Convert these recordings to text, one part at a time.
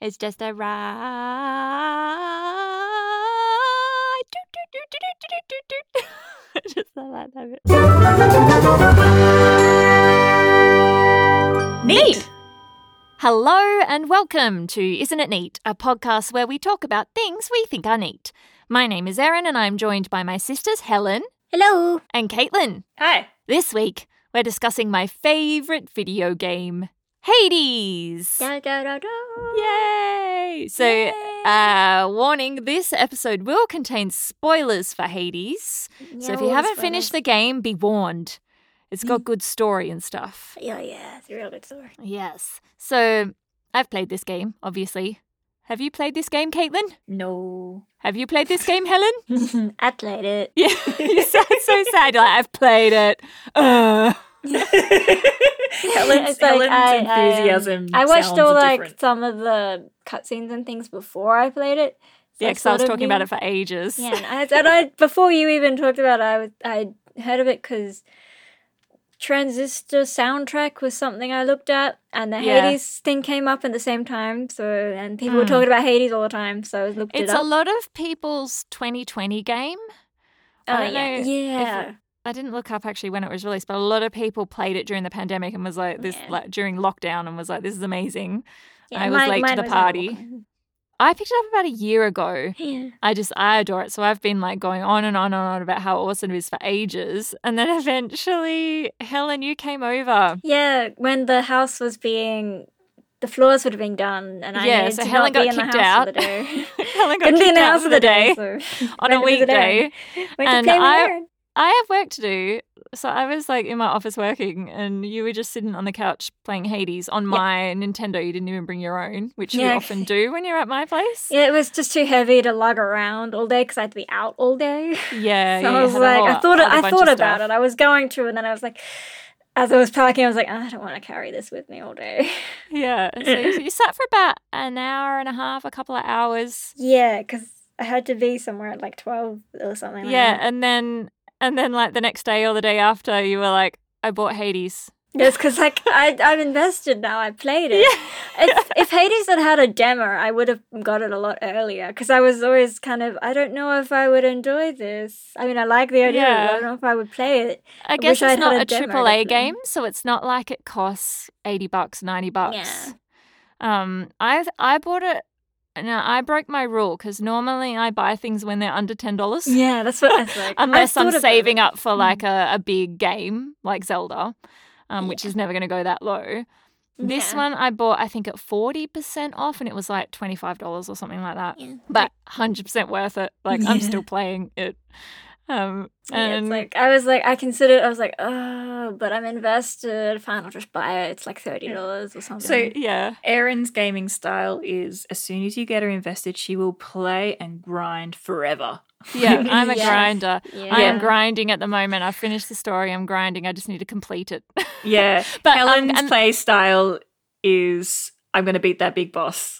It's just a ride. Toot, toot, toot, toot, toot, toot, toot, toot. I just love that. bit. Neat. Hello and welcome to Isn't It Neat, a podcast where we talk about things we think are neat. My name is Erin and I'm joined by my sisters Helen Hello. and Caitlin. Hi. This week, we're discussing my favourite video game, Hades. Da, da, da, da. Yay! So, Yay. uh, warning this episode will contain spoilers for Hades. so, if you Yeah, haven't spoilers. Mm. finished the game, be warned. It's got good story and stuff. Yeah, yeah, it's a real good story. Yes. So, I've played this game, obviously. Have you played this game, Caitlin? No. Have you played this game, Helen? I played it. Yeah, you sound so sad. You're Like, I've played it. Uh. Helen's, It's like, Helen's I- I, um, enthusiasm. I watched sounds all like different. some of the cutscenes and things before I played it. So Yeah, I've because I was sort of talking about been- it for ages. Yeah, and I, and I before you even talked about it, I was I heard of it because transistor soundtrack was something I looked at, and the Yeah. Hades thing came up at the same time. So and people were Mm. talking about Hades all the time, so I looked It's it a up. lot of people's 2020 game. I Oh, don't yeah, know if yeah. I didn't look up actually when it was released, but a lot of people played it during the pandemic and was like this Yeah. like during lockdown and was like this is amazing. Yeah, I was late to the that party. one. I picked it up about a year ago. Yeah. I just I adore it. So I've been like going on and on and on about how awesome it is for ages. And then eventually Helen you came over. Yeah, when the house was being, the floors were being done, and I Yeah, needed so to Helen not be got in the kicked house for out. the day. Helen got Couldn't be in kicked the out house for the day so on a went to visit Erin. weekday. Went And to play with I- Erin. I have work to do. So I was like in my office working and you were just sitting on the couch playing Hades on my Nintendo. You didn't even bring your own, which you Yeah. often do when you're at my place. Yeah, it was just too heavy to lug around all day because I had to be out all day. Yeah, yeah, So I Oh, you was had a like, I whole thought other I bunch thought of about stuff. it. I was going to, and then I was like, as I was packing, I was like, "Oh, I don't want to carry this with me all day. Yeah, so you you sat for about an hour and a half, a couple of hours. yeah, because I had to be somewhere at like twelve or something. Like Yeah, that. and then and then like the next day or the day after, you were like, I bought Hades. Yes, because like I, I'm invested now. I played it. If, if Hades had had a demo, I would have got it a lot earlier. Because I was always kind of, I don't know if I would enjoy this. I mean, I like the idea. But I Yeah. don't know if I would play it. I guess wish I'd it's had not a a demo to triple A play. game, so it's not like it costs eighty bucks, ninety bucks. Um, I I bought it. Now I broke my rule because normally I buy things when they're under ten dollars. Yeah, that's what I was like. unless I I'm thought about saving it. Mm. up for like a, a big game like Zelda, um, which is never going to go that low. This Yeah. one I bought, I think, at 40% off, and it was like $25 or something like that. Yeah. But 100% worth it. Like, I'm Yeah. still playing it. Um, Yeah, it's and like I was like I considered I was like oh but I'm invested fine I'll just buy it it's like thirty dollars or something So- yeah, Erin's gaming style is as soon as you get her invested, she will play and grind forever. yeah, I'm a Yes. grinder. yeah I am grinding at the moment. I finished the story. I'm grinding. I just need to complete it. Yeah. But, um, Helen's and- play style is I'm going to beat that big boss.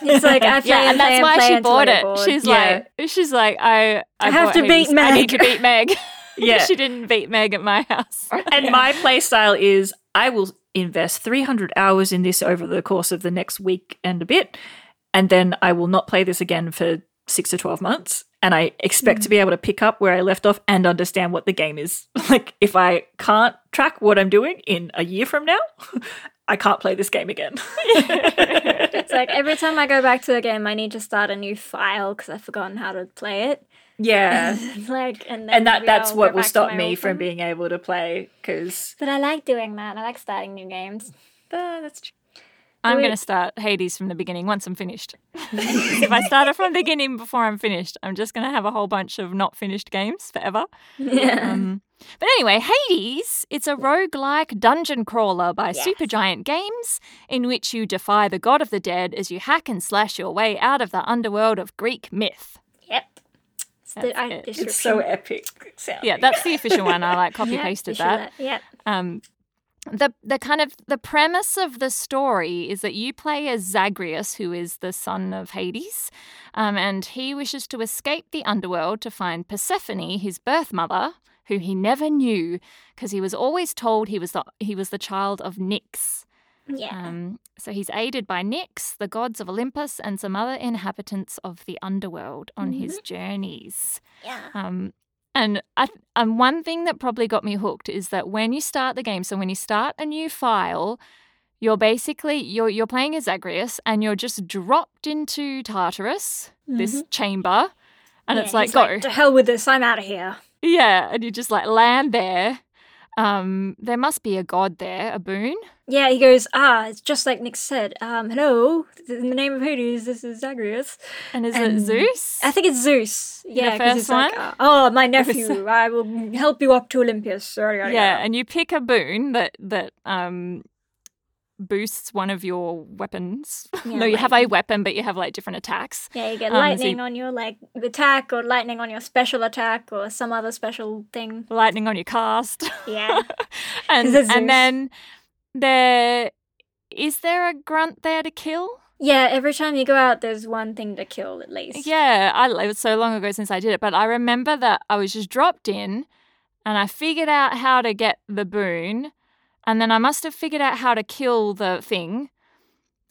it's like I play yeah, and and, play that's why play she until I bought get it. bored. She's Yeah. like, she's like, I, I, I have bought to beat Hades. I need to Meg. beat Meg. yeah. she didn't beat Meg at my house. And my play style is I will invest 300 hours in this over the course of the next week and a bit, and then I will not play this again for six to 12 months. And I expect to Hmm. be able to pick up where I left off and understand what the game is. Like, if I can't track what I'm doing in a year from now, I can't play this game again. It's like every time I go back to the game, I need to start a new file because I've forgotten how to play it. yeah. like, and, then And that, maybe that's I'll what go will back to stop my me old from one. being able to play because But I like doing that. I like starting new games. that's true. I'm Wait. going to start Hades from the beginning once I'm finished. if I start it from the beginning before I'm finished, I'm just going to have a whole bunch of not finished games forever. Yeah. Um, but anyway, Hades, it's a roguelike dungeon crawler by Yes. Supergiant Games in which you defy the god of the dead as you hack and slash your way out of the underworld of Greek myth. Yep. It's, the, That's I, it. It's so epic. Yeah, sounding. that's the official one. I like copy pasted that. Yep. um the the kind of the premise of the story is that you play as Zagreus, who is the son of Hades, um, and he wishes to escape the underworld to find Persephone, his birth mother, who he never knew because he was always told he was the he was the child of Nyx. Yeah. Um, so he's aided by Nyx, the gods of Olympus, and some other inhabitants of the underworld on his journeys. yeah. Um, and I th- and one thing that probably got me hooked is that when you start the game, so when you start a new file, you're basically you're you're playing as Zagreus and you're just dropped into Tartarus, this chamber, and Yeah, Mm-hmm. it's like he's go. To hell with this. I'm out of here. Yeah, and you just like land there. Um, there must be a god there, a boon. Yeah, he goes, ah, it's just like Nick said. Um, hello, th- in the name of Hades, this is Zagreus. And is it And Zeus? I think it's Zeus. Yeah, because first he's like, one? uh, oh, my nephew, I will help you up to Olympus. Sorry, yada, yeah, yada. and you pick a boon that that um boosts one of your weapons. Yeah, no, you have like- a weapon, but you have like different attacks. Yeah, you get Um, so you- lightning on your like attack or lightning on your special attack or some other special thing. Lightning on your cast. Yeah. and Is it Zeus? and then there is there a grunt there to kill? yeah, every time you go out there's one thing to kill at least. Yeah, I, it was so long ago since I did it, but I remember that I was just dropped in and I figured out how to get the boon. And then I must have figured out how to kill the thing.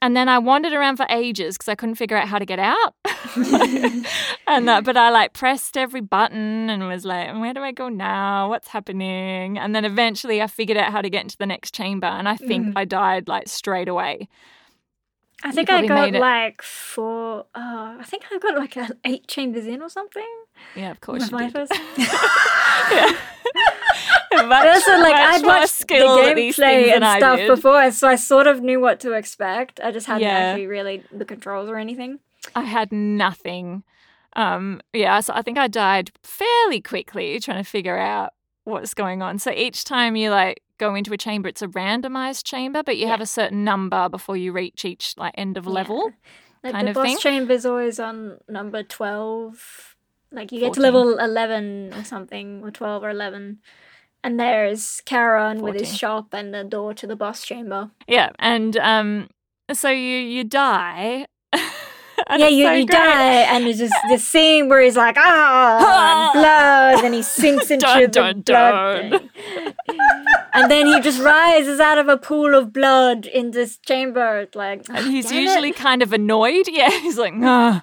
And then I wandered around for ages because I couldn't figure out how to get out. and that, but I like pressed every button and was like, "Where do I go now? What's happening?" And then eventually, I figured out how to get into the next chamber, and I think I died like straight away. I think I probably got made it. like four oh, I think I got like uh, eight chambers in or something. Yeah, of course. Was you my did. first much, But also, like, much I'd more watched the skill at these gameplay things than and I stuff did. before, and so I sort of knew what to expect. I just hadn't Yeah. actually really the controls or anything. I had nothing. Um, yeah, so I think I died fairly quickly trying to figure out what's going on. So each time you like go into a chamber, it's a randomized chamber, but you have Yeah. a certain number before you reach each like end of Yeah. level. Like Kind the of boss thing. chamber's always on number twelve. Like you get 14. to level eleven or something, or twelve or eleven, and there's Charon with his 14. shop and the door to the boss chamber. Yeah, and um, so you you die. And yeah, it's you, so you great. die, and it's just the scene where he's like, ah, blood, and he sinks into Dun, the dun, blood dun. thing. and then he just rises out of a pool of blood in this chamber, like. And "Ah, he's damn it." usually kind of annoyed. Yeah, he's like, nah.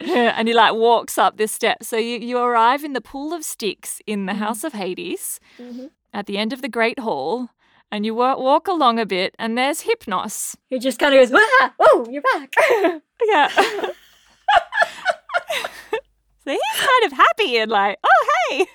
Yeah, and he like walks up this step. So you, you arrive in the pool of sticks in the Mm-hmm. House of Hades Mhm. at the end of the Great Hall, and you wa- walk along a bit, and there's Hypnos. he just kind of goes, ah, oh, you're back. Yeah. so he's kind of happy and like, oh, hey.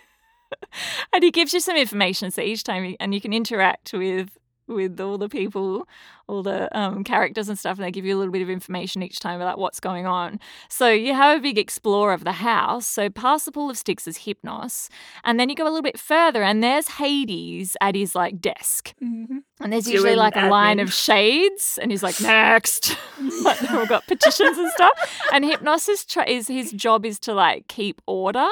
and he gives you some information. So each time, you, and you can interact with with all the people, all the um, characters and stuff, and they give you a little bit of information each time about what's going on. So you have a big explore of the house. So past the pool of sticks is Hypnos, and then you go a little bit further, and there's Hades at his like desk. And there's usually Doing like a line admin. of shades, and he's like, next. like they've all got petitions and stuff. And hypnosis tr- is his job is to like keep order,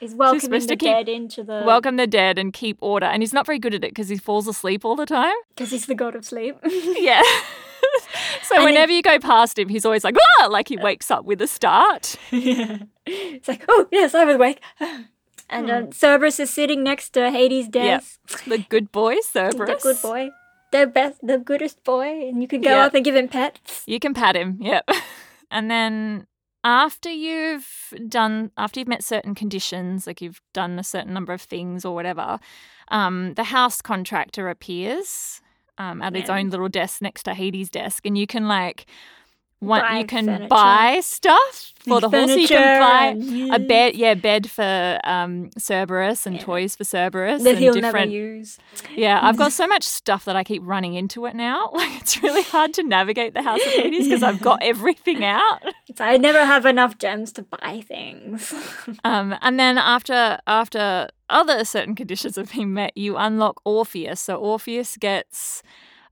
He's welcoming supposed the to keep- dead into the. welcome the dead, and keep order. And he's not very good at it because he falls asleep all the time. Because he's the god of sleep. Yeah. so And whenever you go past him, he's always like, ah, like he wakes up with a start. it's like, oh, yes, I was awake. And Hmm. um, Cerberus is sitting next to Hades' desk. The good boy, Cerberus. The good boy. The best, the goodest boy. And you could go Yeah. up and give him pets. You can pat him. Yep. And then after you've done, after you've met certain conditions, like you've done a certain number of things or whatever, um, the house contractor appears um, at his Yeah. own little desk next to Hades' desk, and you can like, want, Buy you can furniture. buy stuff for the horse. You can buy Furniture a and- bed, yeah, bed for um, Cerberus and Yeah. toys for Cerberus that and he'll never different use. yeah, I've got so much stuff that I keep running into it now. Like it's really hard to navigate the House of Hades because I've got everything out. It's like, I never have enough gems to buy things. Um, and then after after other certain conditions have been met, you unlock Orpheus. So Orpheus gets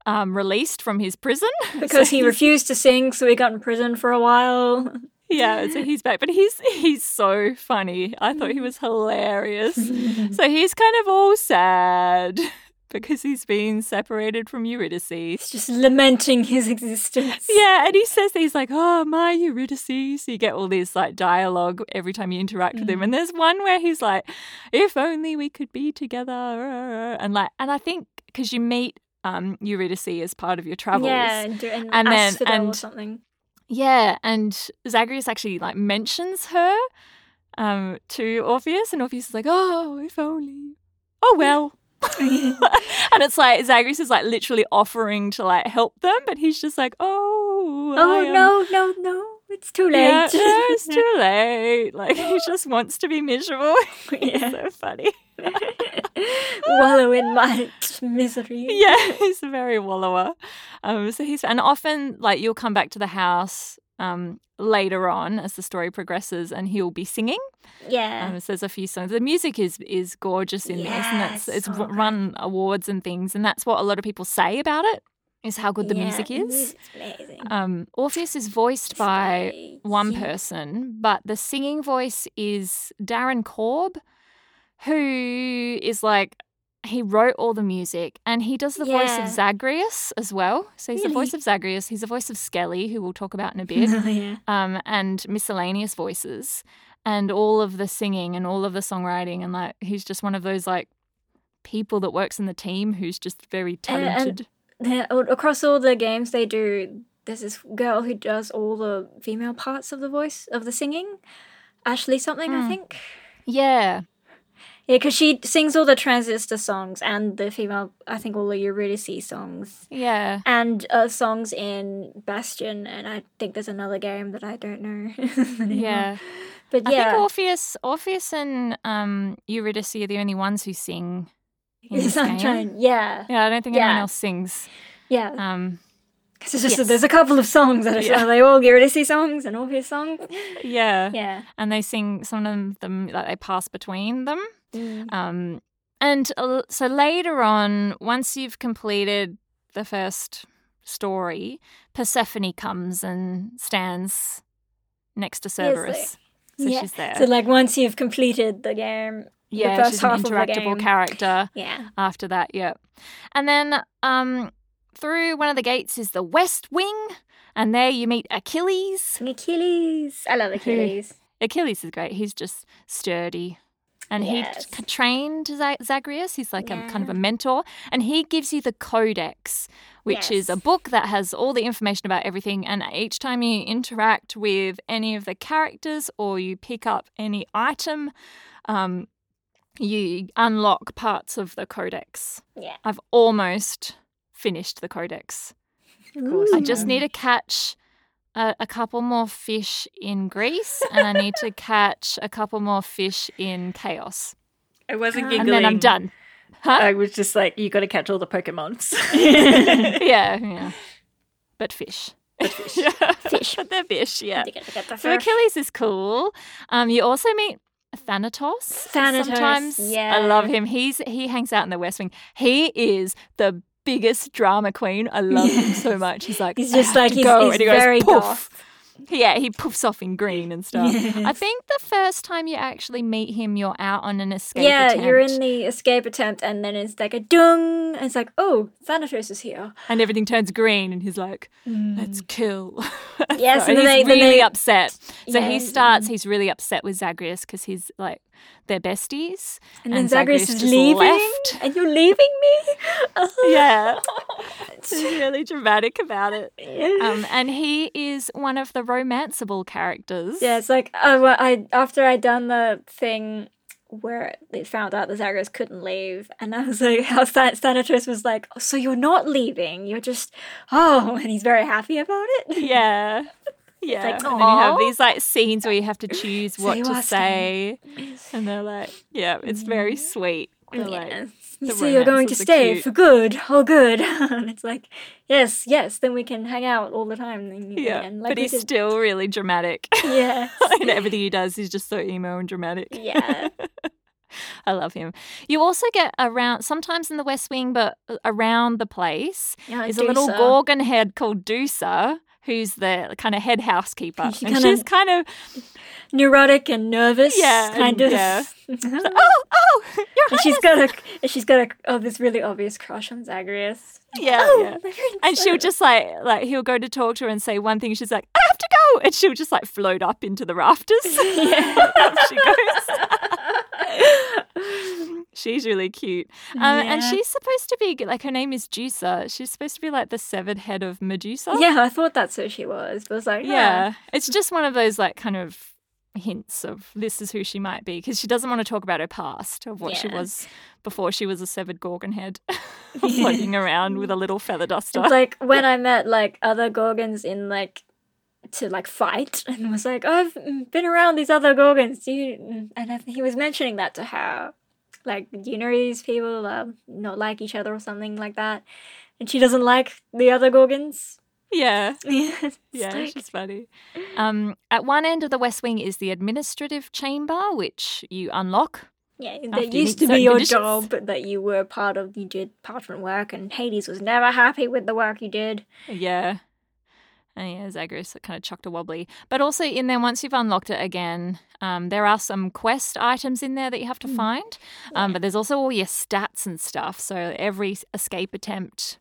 um, released from his prison because So he he's- refused to sing, so he got in prison for a while. Yeah, so he's back, but he's he's so funny. I thought he was hilarious. so he's kind of all sad because he's been separated from Eurydice. He's just lamenting his existence. Yeah, and he says that he's like, "Oh, my Eurydice." So you get all this like dialogue every time you interact with Mm. him. And there's one where he's like, "If only we could be together," and like, and I think because you meet um, Eurydice as part of your travels. Yeah, and, do, and, And then- Asphodel or and- something. Yeah, and Zagreus actually like mentions her um, to Orpheus, and Orpheus is like, "Oh, if only." Oh well. Oh, and it's like Zagreus is like literally offering to like help them, but he's just like, "Oh, Oh I am- no, no, no! It's too late. Yeah, no, it's too late. Like he just wants to be miserable. it's Yeah. so funny. Wallow in my misery. Yeah, he's a very wallower. Um, so he's and often like you'll come back to the house um later on as the story progresses, and he'll be singing. Yeah. Um, so there's a few songs. The music is is gorgeous in this, Yes, and it's so it's w good. run awards and things, and that's what a lot of people say about it is how good the Yeah, music is. music's amazing. Um, Orpheus is voiced It's by great. one Yeah. person, but the singing voice is Darren Korb, who is like he wrote all the music and he does the voice Yeah. of Zagreus as well. So he's the voice Really? of Zagreus, he's the voice of Skelly, who we'll talk about in a bit, Oh, yeah. um, and miscellaneous voices, and all of the singing and all of the songwriting. And like he's just one of those like people that works in the team who's just very And- and- talented. Yeah, a- across all the games they do there's this girl who does all the female parts of the voice of the singing ashley something i Mm. think yeah. yeah because she sings all the transistor songs and the female i think all the eurydice songs Yeah. and uh, songs in bastion and i think there's another game that i don't know the name of. Yeah. but I yeah think Orpheus, Orpheus and um, Eurydice are the only ones who sing. in this game. I'm trying- yeah Yeah, I don't think anyone Yeah. else sings. yeah Um, 'Cause it's just yes. there's a couple of songs that are, Yeah. are they all eurydice songs and orpheus songs yeah. yeah and they sing some of them like they pass between them. Mm. Um, and uh, so later on, once you've completed the first story, Persephone comes and stands next to like- Cerberus. so Yeah. she's there. So like once you've completed the game, yeah, the first she's an half of the interactable game. character. yeah, after that, yeah. And then um through one of the gates is the West Wing, and there you meet Achilles. Achilles. I love Achilles. Achilles is great. He's just sturdy. And Yes. he t- trained Za- Zagreus. He's like a kind of a Yeah. mentor. And he gives you the Codex, which is a Yes. book that has all the information about everything. And each time you interact with any of the characters or you pick up any item, um, you unlock parts of the Codex. yeah. I've almost finished the codex. course. I just Mm. need to catch a, a couple more fish in Greece, and I need to catch a couple more fish in Chaos, I wasn't And giggling. and then I'm done. I was just like, you got to catch all the Pokemons. Yeah, yeah. But fish. But fish. Fish. but they're fish. Yeah. Ooh. So Achilles is cool. Um, you also meet Thanatos. Thanatos, Sometimes yeah. I love him. He's he hangs out in the West Wing. He is the biggest drama queen. I love him so much. He's like He's "I just have to like- he's- go," he's and he goes, very "Poof." goth. Yeah, he poofs off in green and stuff. I Yes. think the first time you actually meet him, you're out on an escape. yeah, you're attempt, in the escape attempt, and then it's like a dung. And it's like, oh, Thanatos is here. and everything turns green, and he's like, Mm. "Let's kill." Yes, So and then he's they, then really they upset. So Yeah. he starts. He's really upset with Zagreus because he's like their besties, and then and Zagreus, Zagreus is just leaving, left. and you're leaving me. Uh-huh. yeah, he's really dramatic about it. Yeah. Um, and he is one of the romanceable characters. Yeah, it's like uh, well, I after I done the thing where they found out that Zagreus couldn't leave, and I was like, how Than- Thanatos was like, oh, so you're not leaving, you're just oh, and he's very happy about it. yeah, yeah. like, and then you have "Aw." these like scenes where you have to choose Say what to what's say, and they're like, yeah, it's very sweet. They're like, the Yes. So you're going to romances are stay cute. for good, oh good. and it's like, yes, yes, then we can hang out all the time. And, yeah, and like but we he's did- still really dramatic. yes, and everything he does is just so emo and dramatic. yeah, I love him. You also get around sometimes in the West Wing, but uh, around the place yeah. is a little Medusa. gorgon head called Dusa, who's the kind of head housekeeper, She and kinda- she's kind of neurotic and nervous, Yeah, kind and- of. yeah. oh oh you're And she's got a and she's got a oh this really obvious crush on Zagreus. yeah, Oh, yeah. my And friend's she'll like- just like like he'll go to talk to her and say one thing. She's like, I have to go, and she'll just like float up into the rafters. yeah. Up she goes. She's really cute. Um, And Yeah. she's supposed to be, like, her name is Jusa. She's supposed to be like the severed head of Medusa. Yeah, I thought that's who she was. But I was like, yeah. Yeah. It's just one of those, like, kind of hints of this is who she might be because she doesn't want to talk about her past of what she Yeah. was before she was a severed gorgon head floating around with a little feather duster. It's like when I met like other Gorgons in like to like fight and was like, I've mm, been around these other Gorgons. Do you? mm," And I, he was mentioning that to her. Like, do you know these people um, not like each other or something like that? And she doesn't like the other Gorgons. yeah. yeah. it's Yeah, like- she's funny. Um, at one end of the West Wing is the administrative chamber, which you unlock. Yeah, After that you used meet to be certain your conditions. job that you were part of. You did parchment work, and Hades was never happy with the work you did. Yeah. And yeah, Zagreus kind of chucked a wobbly. But also in there, once you've unlocked it again, um, there are some quest items in there that you have to find. Um, but there's also all your stats and stuff. So every s- escape attempt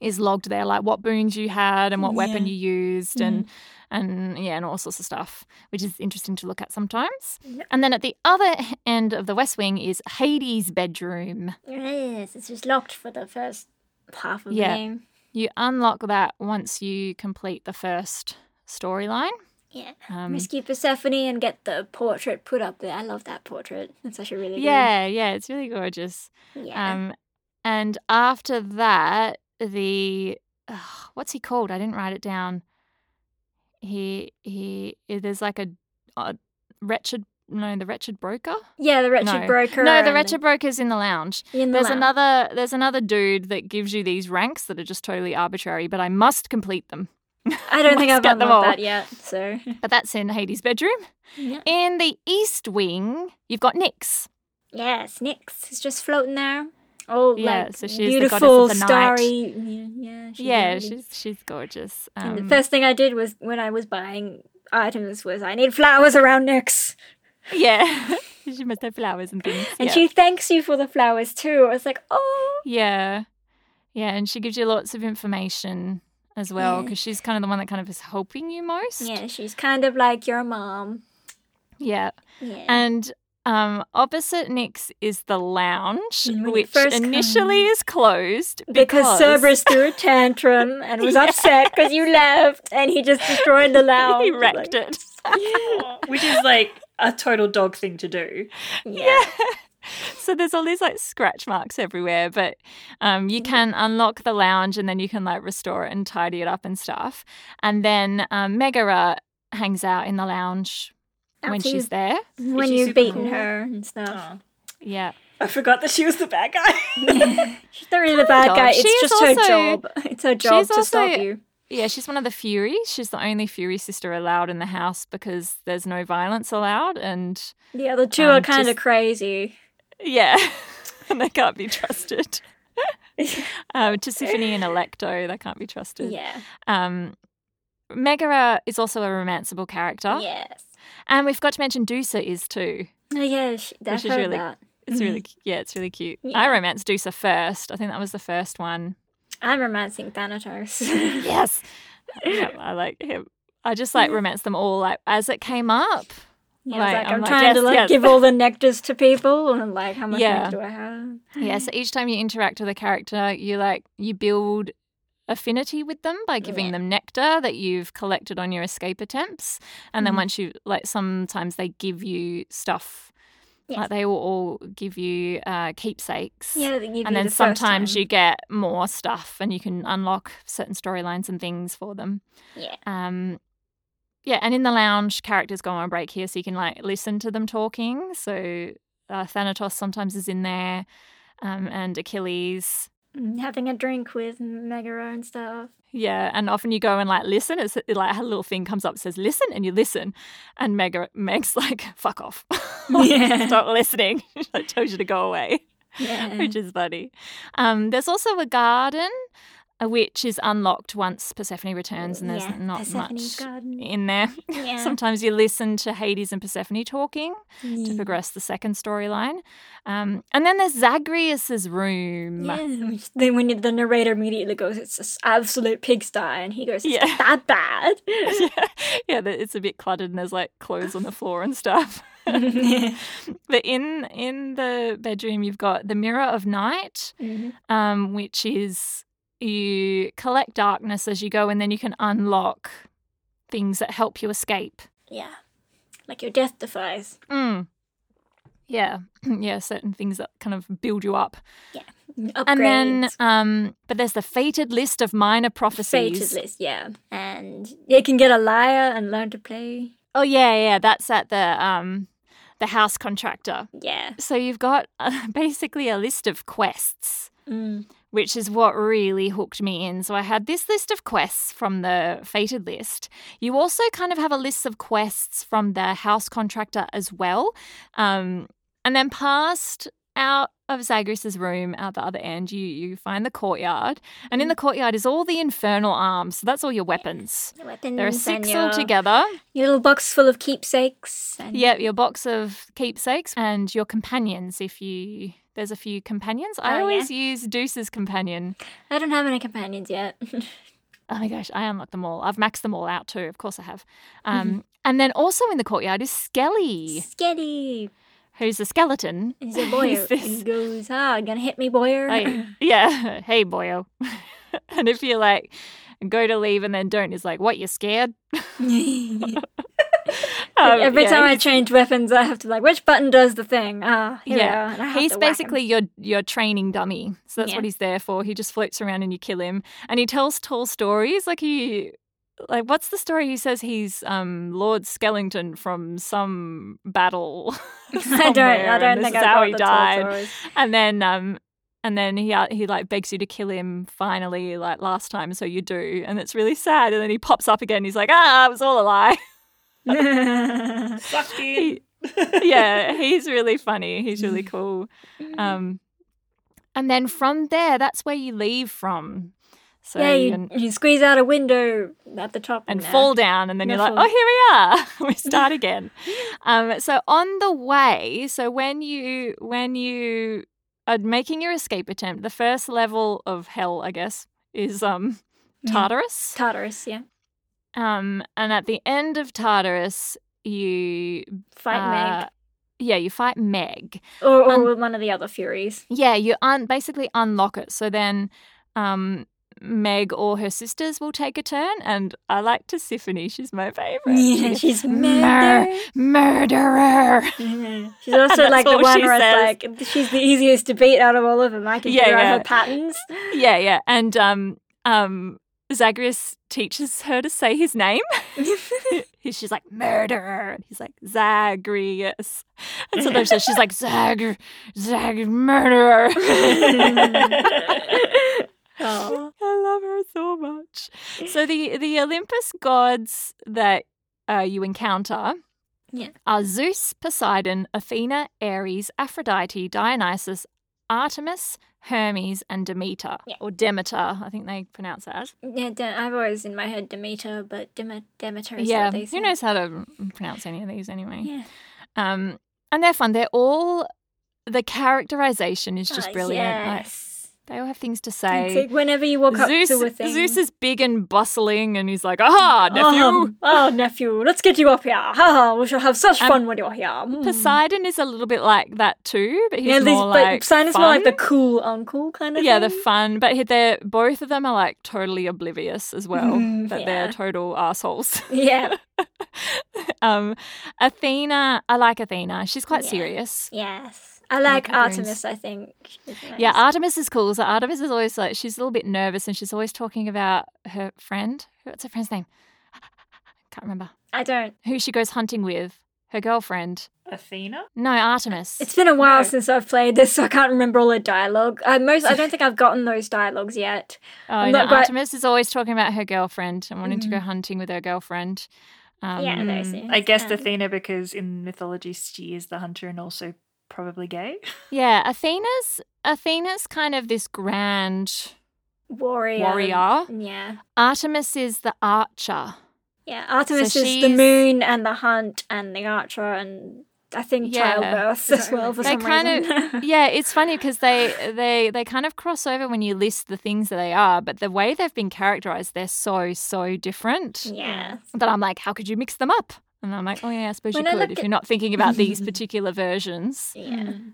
is logged there, like what boons you had and what weapon Yeah. you used, and and yeah, and all sorts of stuff, which is interesting to look at sometimes. Yep. And then at the other h- end of the West Wing is Hades' bedroom. Yes, it's just locked for the first half of Yeah. the game. You unlock that once you complete the first storyline. Yeah. Um, Rescue Persephone and get the portrait put up there. I love that portrait. It's actually really good. Yeah, yeah, it's really gorgeous. Yeah. Um, and after that, the ugh, what's he called? I didn't write it down. He he. There's like a, a wretched no, the wretched broker. yeah, the wretched no. broker. No, and the wretched broker's in the lounge. in the there's lab. another there's another dude that gives you these ranks that are just totally arbitrary, but I must complete them. I don't think Let's I've get them unlocked all. that yet. So But that's in Hades' bedroom. yeah. In the east wing, you've got Nyx. yes, Nyx is just floating there. Oh, Yeah, like so she's the goddess of beautiful, the night. starry. Yeah, yeah, she's yeah, really- she's she's gorgeous. And Um, the first thing I did was when I was buying items was I need flowers around Nyx, yeah, she must have flowers and things. and yeah. she thanks you for the flowers too. I was like, oh, Yeah. Yeah. And she gives you lots of information as well Yeah. because she's kind of the one that kind of is helping you most. yeah, she's kind of like your mom. Yeah. Yeah. And um, opposite Nick's is the lounge, And Mm, when you which first come- initially is closed because Cerberus threw a tantrum and was upset because you left, and he just destroyed the lounge. he Like, wrecked it. Which is like a total dog thing to do. yeah. So there's all these like scratch marks everywhere, but um, you Mm-hmm. can unlock the lounge and then you can like restore it and tidy it up and stuff. And then um, Megara hangs out in the lounge when After she's there. you, when she's you've super beaten cool. her and Uh-huh. stuff. Yeah. I forgot that she was the bad guy. She's not really the bad of. guy. It's She's just her also- job. It's her job she's to also- stop you. Yeah, she's one of the Furies. She's the only Fury sister allowed in the house because there's no violence allowed, and The other two um, are kind of just- crazy. yeah, and they can't be trusted. um, Tisiphone and Electo, they can't be trusted. Yeah. Um, Megara is also a romanceable character, Yes. and we've got to mention Dusa is too. Oh, yeah, she, Which is I've heard really- that. It's really cu- yeah, it's really cute. Mm-hmm. Yeah. I romanced Dusa first. I think that was the first one. I'm romancing Thanatos. Yes, Yeah, I like him. I just like romanced them all like as it came up. Yeah, Like, it's like, I'm I'm, like, trying to yes, like yes. give all the nectars to people and like how much Yeah. nectar do I have? Yeah, so Mm-hmm. each time you interact with a character, you like you build affinity with them by giving Oh, Yeah. them nectar that you've collected on your escape attempts. And then Mm-hmm. Mhm. once you like sometimes they give you stuff. Yes. Like they will all give you uh, keepsakes. Yeah, they give you And the then first sometimes time. you get more stuff and you can unlock certain storylines and things for them. Yeah. Um yeah, and in the lounge, characters go on break here, so you can like listen to them talking. So uh, Thanatos sometimes is in there, um, and Achilles. Mm, having a drink with Megara and stuff. Yeah, and often you go and like listen. It's it, like a little thing comes up says listen, and you listen, and Meg Meg's like fuck off, Yeah. stop listening. I told you to go away, Yeah. which is funny. Um, there's also a garden. which is unlocked once Persephone returns, and there's Yeah, not Persephone's much garden. in there. Yeah. Sometimes you listen to Hades and Persephone talking to Yeah. progress the second storyline. Um, and then there's Zagreus's room. Yeah, which then when you, the narrator immediately goes, it's this absolute pigsty, and he goes, it's Yeah. not that bad. yeah, yeah, that it's a bit cluttered and there's like clothes on the floor and stuff. but in in the bedroom, you've got the Mirror of Night, Mhm. um, which is you collect darkness as you go, and then you can unlock things that help you escape. Yeah, like your death defies. Mm. Yeah, yeah, certain things that kind of build you up, Upgrades. and then um, but there's the fated list of minor prophecies. fated list, yeah, and you can get a liar and learn to play. Oh yeah, yeah, that's at the um, the house contractor. Yeah, So you've got uh, basically a list of quests, mm. which is what really hooked me in. So I had this list of quests from the fated list. You also kind of have a list of quests from the house contractor as well. Um, and then past out of Zagreus's room at the other end, you you find the courtyard, and in Mm. the courtyard is all the infernal arms. So that's all your weapons. your weapons. There are six and your, altogether. Your little box full of keepsakes. And Yep, your box of keepsakes and your companions. If you there's a few companions. Oh, I yeah. always use Deuce's companion. I don't have any companions yet. Oh my gosh, I unlocked them all. I've maxed them all out too. Of course I have. Mm-hmm. Um, and then also in the courtyard is Skelly, Sketty who's a skeleton. is your boy. He's this- he goes, ah, gonna hit me, boyer. like, yeah, hey boyo. and if you like go to leave and then don't, it's like what you're scared. Um, Every yeah, time I change weapons, I have to like, which button does the thing? Ah, here we Yeah. are, and I have He's to whack him. basically your your training dummy. So that's Yeah. what he's there for. He just floats around and you kill him. And he tells tall stories. Like he like what's the story? He says he's um Lord Skellington from some battle. I don't. somewhere, I and don't this think is I how got he the died. died. And then um and then he uh, he like begs you to kill him finally like last time, so you do, and it's really sad. And then he pops up again. He's like, ah, it was all a lie. Sucked in. He- yeah, he's really funny. He's really cool. Um, and then from there, that's where you leave from. So yeah, you you, can- you squeeze out a window at the top uh, and there. fall down, and then No you're like, fall. oh, here we are. we start again. um, so on the way, so when you when you are making your escape attempt, the first level of hell, I guess, is um Yeah. Tartarus. Tartarus. Yeah, Um, and at the end of Tartarus, you fight uh, Yeah, you fight Meg. Meg or, or un- with one of the other Furies. Yeah, you un- basically unlock it. So then um, Meg or her sisters will take a turn. And I like Persephone. She's my favorite. Yeah, she's Mur- murder. murderer. She's also that's like the all one she where it's says. like she's the easiest to beat out of all of them. I can Yeah, figure yeah. out her patterns. yeah, yeah. And um, um, Zagreus teaches her to say his name. He- she's like, murderer. And he's like, Zagreus. And sometimes she's like, Zag, Zag, murderer. oh. I love her so much. So the the Olympus gods that uh, you encounter Yeah. are Zeus, Poseidon, Athena, Ares, Aphrodite, Dionysus, Artemis, Hermes, and Demeter Yeah. or Demeter. I think they pronounce it as. Yeah, De- I've always in my head Demeter, but Dem- Demeter is yeah, what they say. who knows how to pronounce any of these anyway? Yeah. Um, and they're fun. They're all the characterization is just Ah, brilliant. Like, yes. they all have things to It's say. like whenever you walk Zeus, up to a thing. Zeus is big and bustling, and he's like, "Aha, nephew!" Um, oh, nephew, let's get you up here. Ha ha, we shall have such Um, fun when you're here. Mm. Poseidon is a little bit like that too, but he's yeah, these, more like but Sinus more like the fun. cool uncle kind of yeah, thing. the fun. But he- they're both of them are like totally oblivious as well. Mm, that yeah. they're total assholes. yeah, um, Athena, I like Athena. She's quite Yeah. serious. yes. I like Like Artemis. Artemis, I think. She's nice. Yeah, Artemis is cool. So Artemis is always like she's a little bit nervous, and she's always talking about her friend. What's her friend's name? Can't remember I don't. who she goes hunting with. Her girlfriend. Athena? No, Artemis. It's been a while No. since I've played this, so I can't remember all the dialogue. I most, I don't think I've gotten those dialogues yet. Oh, I'm no, not quite- Artemis is always talking about her girlfriend and wanting to go hunting with her girlfriend. Um, yeah, those. Mm, I guess the Athena because in mythology she is the hunter and also probably gay. yeah, Athena's Athena's kind of this grand warrior. warrior. Yeah. Artemis is the archer. Yeah. Artemis is the she's- moon and the hunt and the archer and I think Yeah. childbirth as well for They some kind of- reason. yeah, it's funny because they they they kind of cross over when you list the things that they are, but the way they've been characterized, they're so so different yeah. that I'm like, how could you mix them up? And I'm like, oh yeah, I suppose When you I could look if at- you're not thinking about these particular versions. Yeah. Hmm.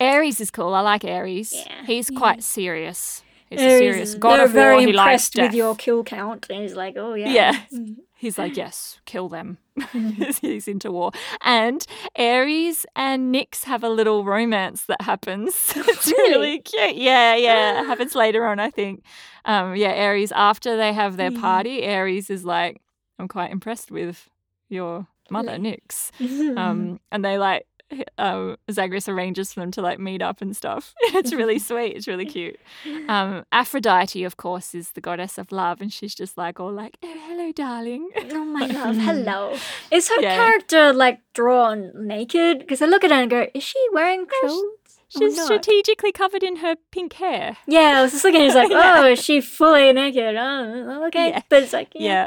Aries is cool. I like Aries. Yeah. He's quite serious. He's a Aries serious is- god they're of war. very He likes impressed death. with your kill count, and he's like, "Oh yeah, Yeah. He's like, yes, kill them. He's into war. And Aries and Nyx have a little romance that happens. It's Oh, Really? really cute. Yeah, yeah. It happens later on, I think. Um, yeah, Aries, after they have their Yeah. party, Aries is like, I'm quite impressed with your mother, Nyx. Um, and they like, h- um, Zagreus arranges for them to like meet up and stuff. It's really sweet. It's really cute. Um, Aphrodite, of course, is the goddess of love, and she's just like all like, "Oh, hello, darling." oh my love, hello." Is her Yeah. character like drawn naked? Because I look at her and go, "Is she wearing Oh, clothes?" or She's not?" strategically covered in her pink hair. Yeah, I was just looking. He's like, "Oh, is she fully naked?" Oh, okay, Yeah. but it's like, yeah, Yeah.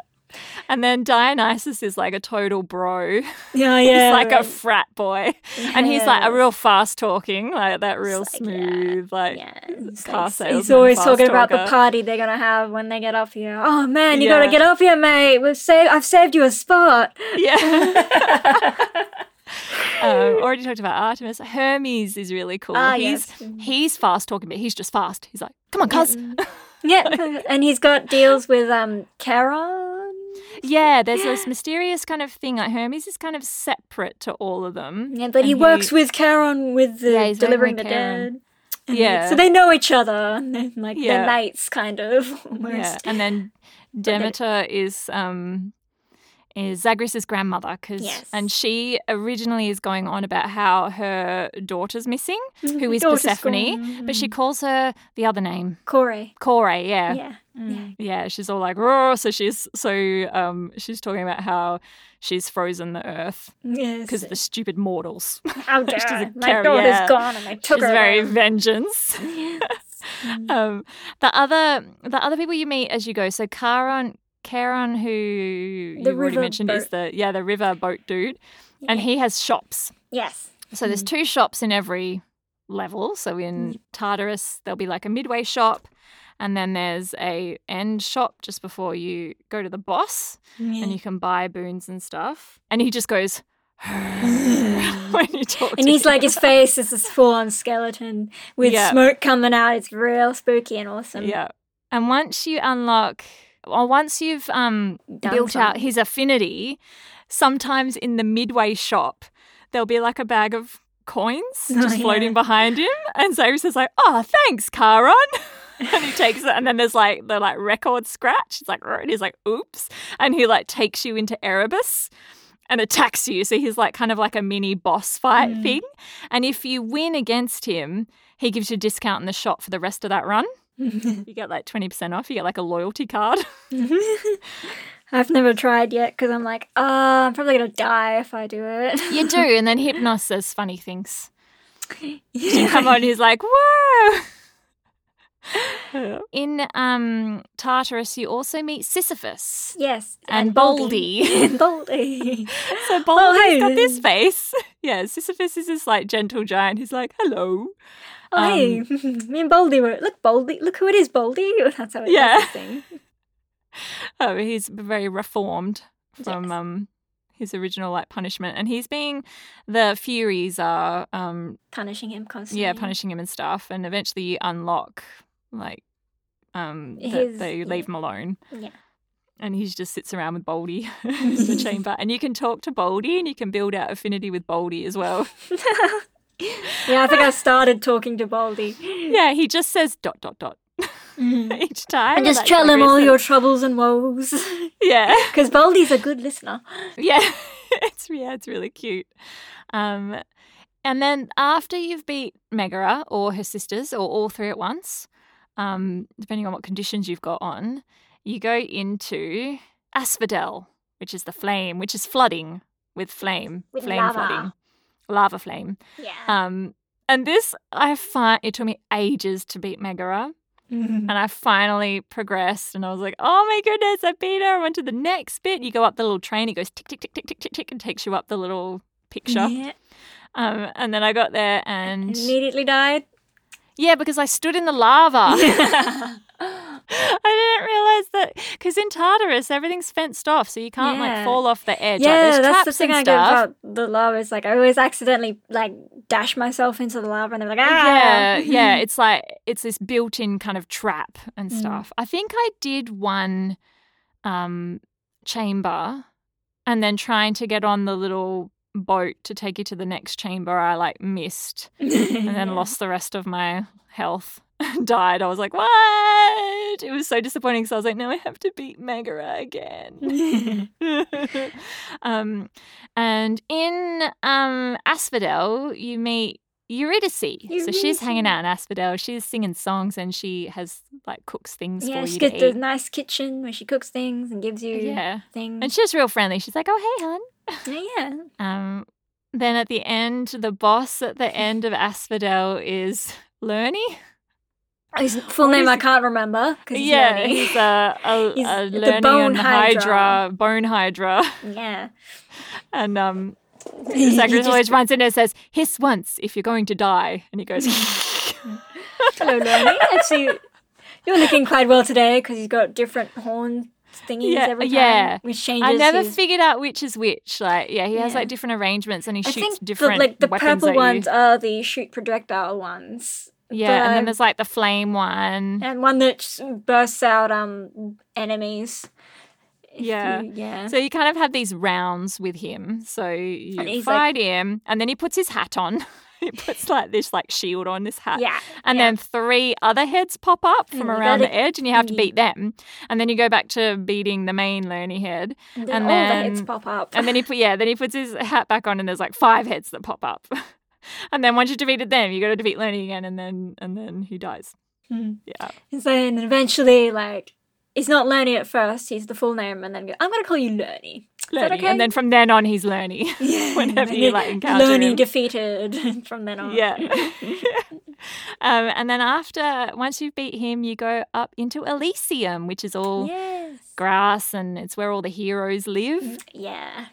And then Dionysus is like a total bro. yeah, yeah. he's like a right. frat boy. And he's like a Yes. real fast talking, like that real like, yeah, smooth, like Yeah, it's car like- he's salesman, always fast talking about the talker. party they're gonna have when they get up here. Oh man, you gotta Yeah. get up here, mate. We've saved. I've saved you a spot. Yeah. um, already talked about Artemis. Hermes is really cool. Ah, he's yes. he's fast talking, but he's just fast. He's like, come on, cuz. Yeah, and he's got deals with um Charon. Yeah, there's this mysterious kind of thing. Like Hermes is kind of separate to all of them. Yeah, but And he, works with Charon with the Yeah, he's working delivering the with Charon. dead. And Yeah. so they know each other, and then, like Yeah. they're mates, kind of. Yeah, Almost. and then Demeter is um is Zagreus's grandmother because Yes. and she originally is going on about how her daughter's missing, who is Mm-hmm. Daughter's Persephone, gone. but she calls her the other name, Corey. Corey. Yeah. Yeah. yeah. yeah. she's all like, "Roar!" So she's so um, she's talking about how she's frozen the earth Yes. because of the stupid mortals. How just as a dare my carrier. daughter's gone, and I took she's her. very away. vengeance. Mm-hmm. um, the other the other people you meet as you go. So Charon, Charon, who The you've already river mentioned, is boat. the yeah the river boat dude, and he has shops. yes. So there's Mm-hmm. two shops in every level. So in Tartarus, there'll be like a midway shop. And then there's a end shop just before you go to the boss, Mm. and you can buy boons and stuff. And he just goes when you talk. And to he's him. like, his face is this full on skeleton with Yeah. smoke coming out. It's real spooky and awesome. Yeah. And once you unlock, or once you've um, Done built out something. his affinity, sometimes in the midway shop, there'll be like a bag of coins just Oh, yeah. floating behind him. And Cyrus is like, oh, thanks, Charon. and he takes it, and then there's like the like record scratch. It's like, "Rrr," and he's like, "Oops," and he like takes you into Erebus and attacks you. So he's like kind of like a mini boss fight Mm. thing. And if you win against him, he gives you a discount in the shop for the rest of that run. you get like twenty percent off. You get like a loyalty card. I've never tried yet because I'm like, ah, I'm probably going to die if I do it. You do, and then Hypnos says funny things. You come on, he's like, "Whoa." In um, Tartarus, you also meet Sisyphus yes. and Baldy. Baldy. So Baldy's hey. got this face. Yeah, Sisyphus is this like gentle giant. He's like, hello. Um, Oh, hey. Me and Baldy were, look, Baldy, look who it is, Baldy. That's how it Yeah. yeah. thing. Oh, he's very reformed from Yes. um his original like punishment, and he's being the Furies are um Punishing him constantly. yeah punishing him and stuff, and eventually you unlock like um that His- they leave him alone. Yeah. And he just sits around with Baldy in the chamber. And you can talk to Baldy and you can build out affinity with Baldy as well. Yeah, I think I started talking to Baldy. Mm. Yeah, he just says dot dot dot each time. And just that's tell him all every your troubles and woes. Yeah, Because Baldy's a good listener. yeah, it's yeah, it's really cute. Um, and then after you've beat Megara or her sisters or all three at once, um, depending on what conditions you've got on, you go into Asphodel, which is the flame, which is flooding with flame, With flame lava. Ah. flooding, lava flame. Yeah. Um, and this I find it took me ages to beat Megara. Mhm. And I finally progressed and I was like, oh my goodness, I beat her. I went to the next bit. You go up the little train, it goes tick, tick, tick, tick, tick, tick, tick, and takes you up the little picture. Yeah. Um, and then I got there and Immediately died. yeah, because I stood in the lava. I didn't realize that because in Tartarus, everything's fenced off, so you can't Yeah. like fall off the edge. like, yeah, there's that's traps the thing and I get stuff. about the lava. Is like I always accidentally like dash myself into the lava, and I'm like, ah, Yeah, yeah. It's like it's this built-in kind of trap and Mm. stuff. I think I did one um chamber and then trying to get on the little boat to take you to the next chamber, I like missed and then lost the rest of my health and died. I was like, what? It was so disappointing. So I was like, now I have to beat Megara again. um, and in um, Asphodel, you meet Eurydice. So she's Eurydice. hanging out in Asphodel. She's singing songs and she has like cooks things yeah, for she you gets to the eat. nice kitchen where she cooks things and gives you Yeah. things. And she's real friendly. She's like, oh, hey, hun. yeah, yeah. Um, then at the end, the boss at the end of Asphodel is Lernie. His full What name is I it? can't remember. 'cause he's yeah, learning. he's a, a, He's a the learning bone and hydra. hydra. bone hydra, yeah. and um, He Zacharias just- always runs in and says, "Hiss once if you're going to die," and he goes, Hello, Lonnie. Actually, you're looking quite well today because he's got different horn thingies Yeah, every time, yeah. which changes. "I never his- figured out which is which." Like, yeah, he has Yeah. like different arrangements, and he I shoots think the, different like the weapons purple at ones You. are the shoot projectile ones, Yeah, and but- then there's like the flame one. and one that s- bursts out um enemies. If Yeah. you- yeah. So you kind of have these rounds with him. So And you he's fight him, and then he puts his hat on. he puts like this like shield on this hat. yeah. uh, And then three other heads pop up from And you around gotta- the edge, and you have to you- beat them. And then you go back to beating the main Lerny head. And and all the heads then- pop up. And then he put yeah, then he puts his hat back on, and there's like five heads that pop up. and then once you've defeated them, you got to defeat Lerny again, and then and then he dies. Mhm. Yeah, And then eventually, like, he's not Lernie at first. He's the full name, and then go, I'm gonna call you Lernie. that Lerny. okay? And then from then on, he's Lerny. Yeah. Whenever and you, then like, encounter Lernie him. defeated from then on. yeah. um, and then after once you've beat him, you go up into Elysium, which is all Yes. grass, and it's where all the heroes live. Yeah.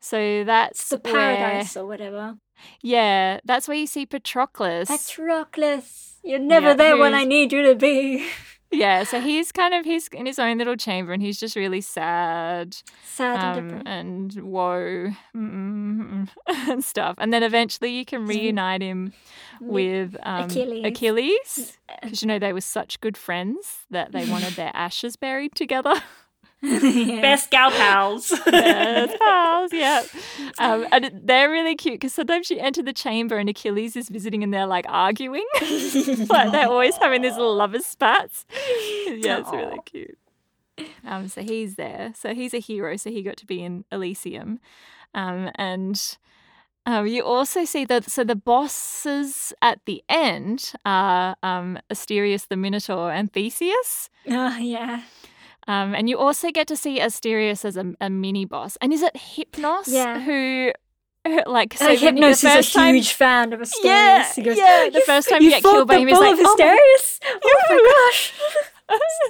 So that's Mm. It's the where- paradise or whatever. Yeah, that's where you see Patroclus. Patroclus, you're never Yeah, there when who's- I need you to be. yeah, so he's kind of he's in his own little chamber and he's just really sad Sad and um, depressed. and woe mm, mm, mm, and stuff. And then eventually you can reunite him with um, Achilles. Achilles, because you know they were such good friends that they wanted their ashes buried together. Best gal pals. Yes, pals, yeah. Um, and it- they're really cute because sometimes you enter the chamber and Achilles is visiting and they're like arguing. like they're always having these little lovers spats. Yeah, it's really cute. Um, so he's there. So he's a hero. So he got to be in Elysium. Um, and um, you also see that. So the bosses at the end are um, Asterius the Minotaur and Theseus. Oh, yeah. Um, and you also get to see Asterius as a, a mini boss. And is it Hypnos Yeah. who, who- like, so like, when you- the Hypnos is first a time, huge fan of Asterius. Yeah, he goes, yeah, the "You- first time you get fought killed by the him, he's bull like, of "Oh my- Asterius? Oh my gosh.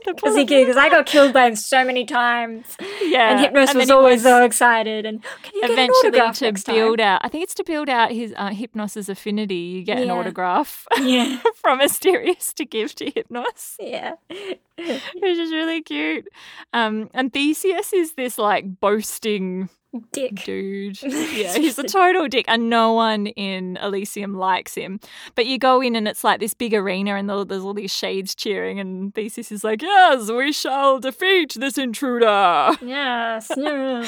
The Because he poor- because I got killed by him so many times. yeah, and Hypnos then was he always so excited. And can you get an eventually autograph to next build out. I think it's to build out his uh, Hypnos's affinity. You get an Yeah. autograph Time? Yeah. from Asterius to give to Hypnos, Yeah. which is really cute. Um, and Theseus is this like boasting Dick. dude. Yeah, he's a total dick, and no one in Elysium likes him. But you go in, and it's like this big arena, and there- there's all these shades cheering, and Theseus is like, "Yes, we shall defeat this intruder." Yes. No.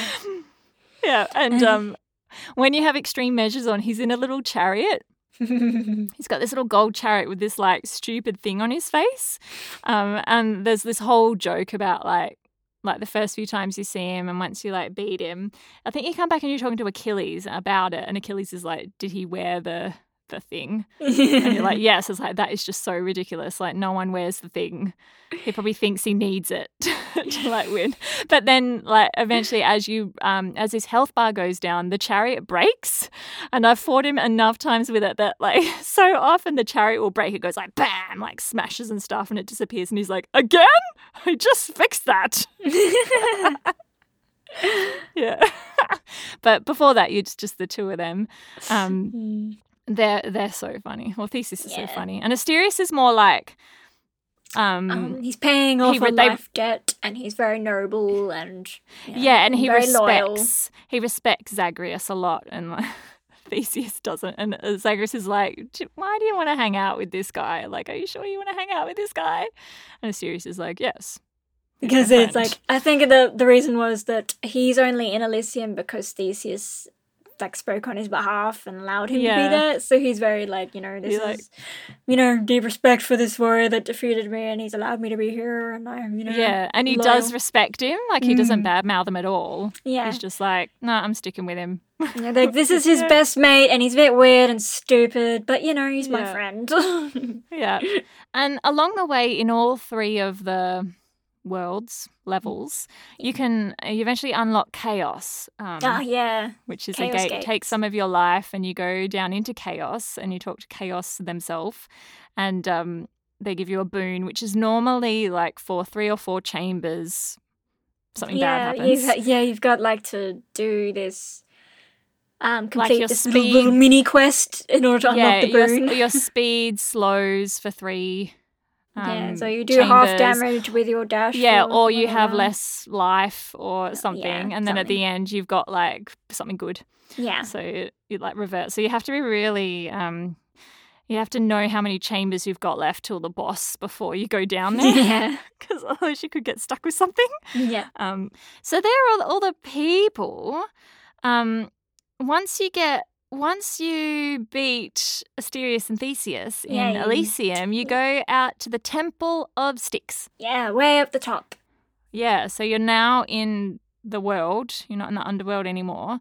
Yeah, and um, when you have extreme measures on, he's in a little chariot. He's got this little gold chariot with this like stupid thing on his face, um, and there's this whole joke about like. Like the first few times you see him, and once you like beat him, I think you come back and you're talking to Achilles about it, and Achilles is like, "Did he wear the the thing. And you're like, yes, it's like that is just so ridiculous. Like no one wears the thing. He probably thinks he needs it to like win. But then like eventually as you um as his health bar goes down, the chariot breaks. And I've fought him enough times with it that like so often the chariot will break. It goes like bam, like smashes and stuff and it disappears and he's like, Again? I just fixed that. yeah. but before that, it's just the two of them. Um, they're they're so funny. Well, Theseus is so Yeah. funny, and Asterius is more like, um, Um, he's paying off He a re- they- life debt, and he's very noble and yeah, yeah, and he very respects loyal. he respects Zagreus a lot, and like, Theseus doesn't. And uh, Zagreus is like, "J- why do you want to hang out with this guy? Like, are you sure you want to hang out with this guy? And Asterius is like, yes, Because my it's friend. like I think the the reason was that he's only in Elysium because Theseus like spoke on his behalf and allowed him to Yeah. be there. So he's very like, you know, this He, like- is you know, deep respect for this warrior that defeated me and he's allowed me to be here and I'm you know yeah, and he does loyal. respect him. Like, he doesn't Mm. badmouth him at all. Yeah. He's just like, no, I'm sticking with him. You know, like this is his best mate and he's a bit weird and stupid, but you know, he's my Yeah. friend. yeah. And along the way, in all three of the worlds levels, you can uh, you eventually unlock chaos, um, Ah yeah. which is chaos a gate. Take gates. some of your life, and you go down into chaos, and you talk to chaos themselves, and um, they give you a boon, which is normally like for three or four chambers. Something yeah, bad happens. You've, ha- yeah, you've got like to do this. Um, Like complete your this little, little speed- mini quest in order to unlock the your, boon. your speed slows for three. yeah, um, so you do half chambers. damage with your dash. Yeah, or you have whatever. less life or something, and then at something. the end you've got like something good. Yeah, So it, it like reverts. So you have to be really, um, you have to know how many chambers you've got left till the boss before you go down there, yeah, because otherwise you could get stuck with something. yeah. Um, so there are all, all the people. Um, once you get once you beat Asterius and Theseus in Yay. Elysium, you go out to the Temple of Styx. Yeah, way up the top. Yeah, so you're now in the world. You're not in the underworld anymore.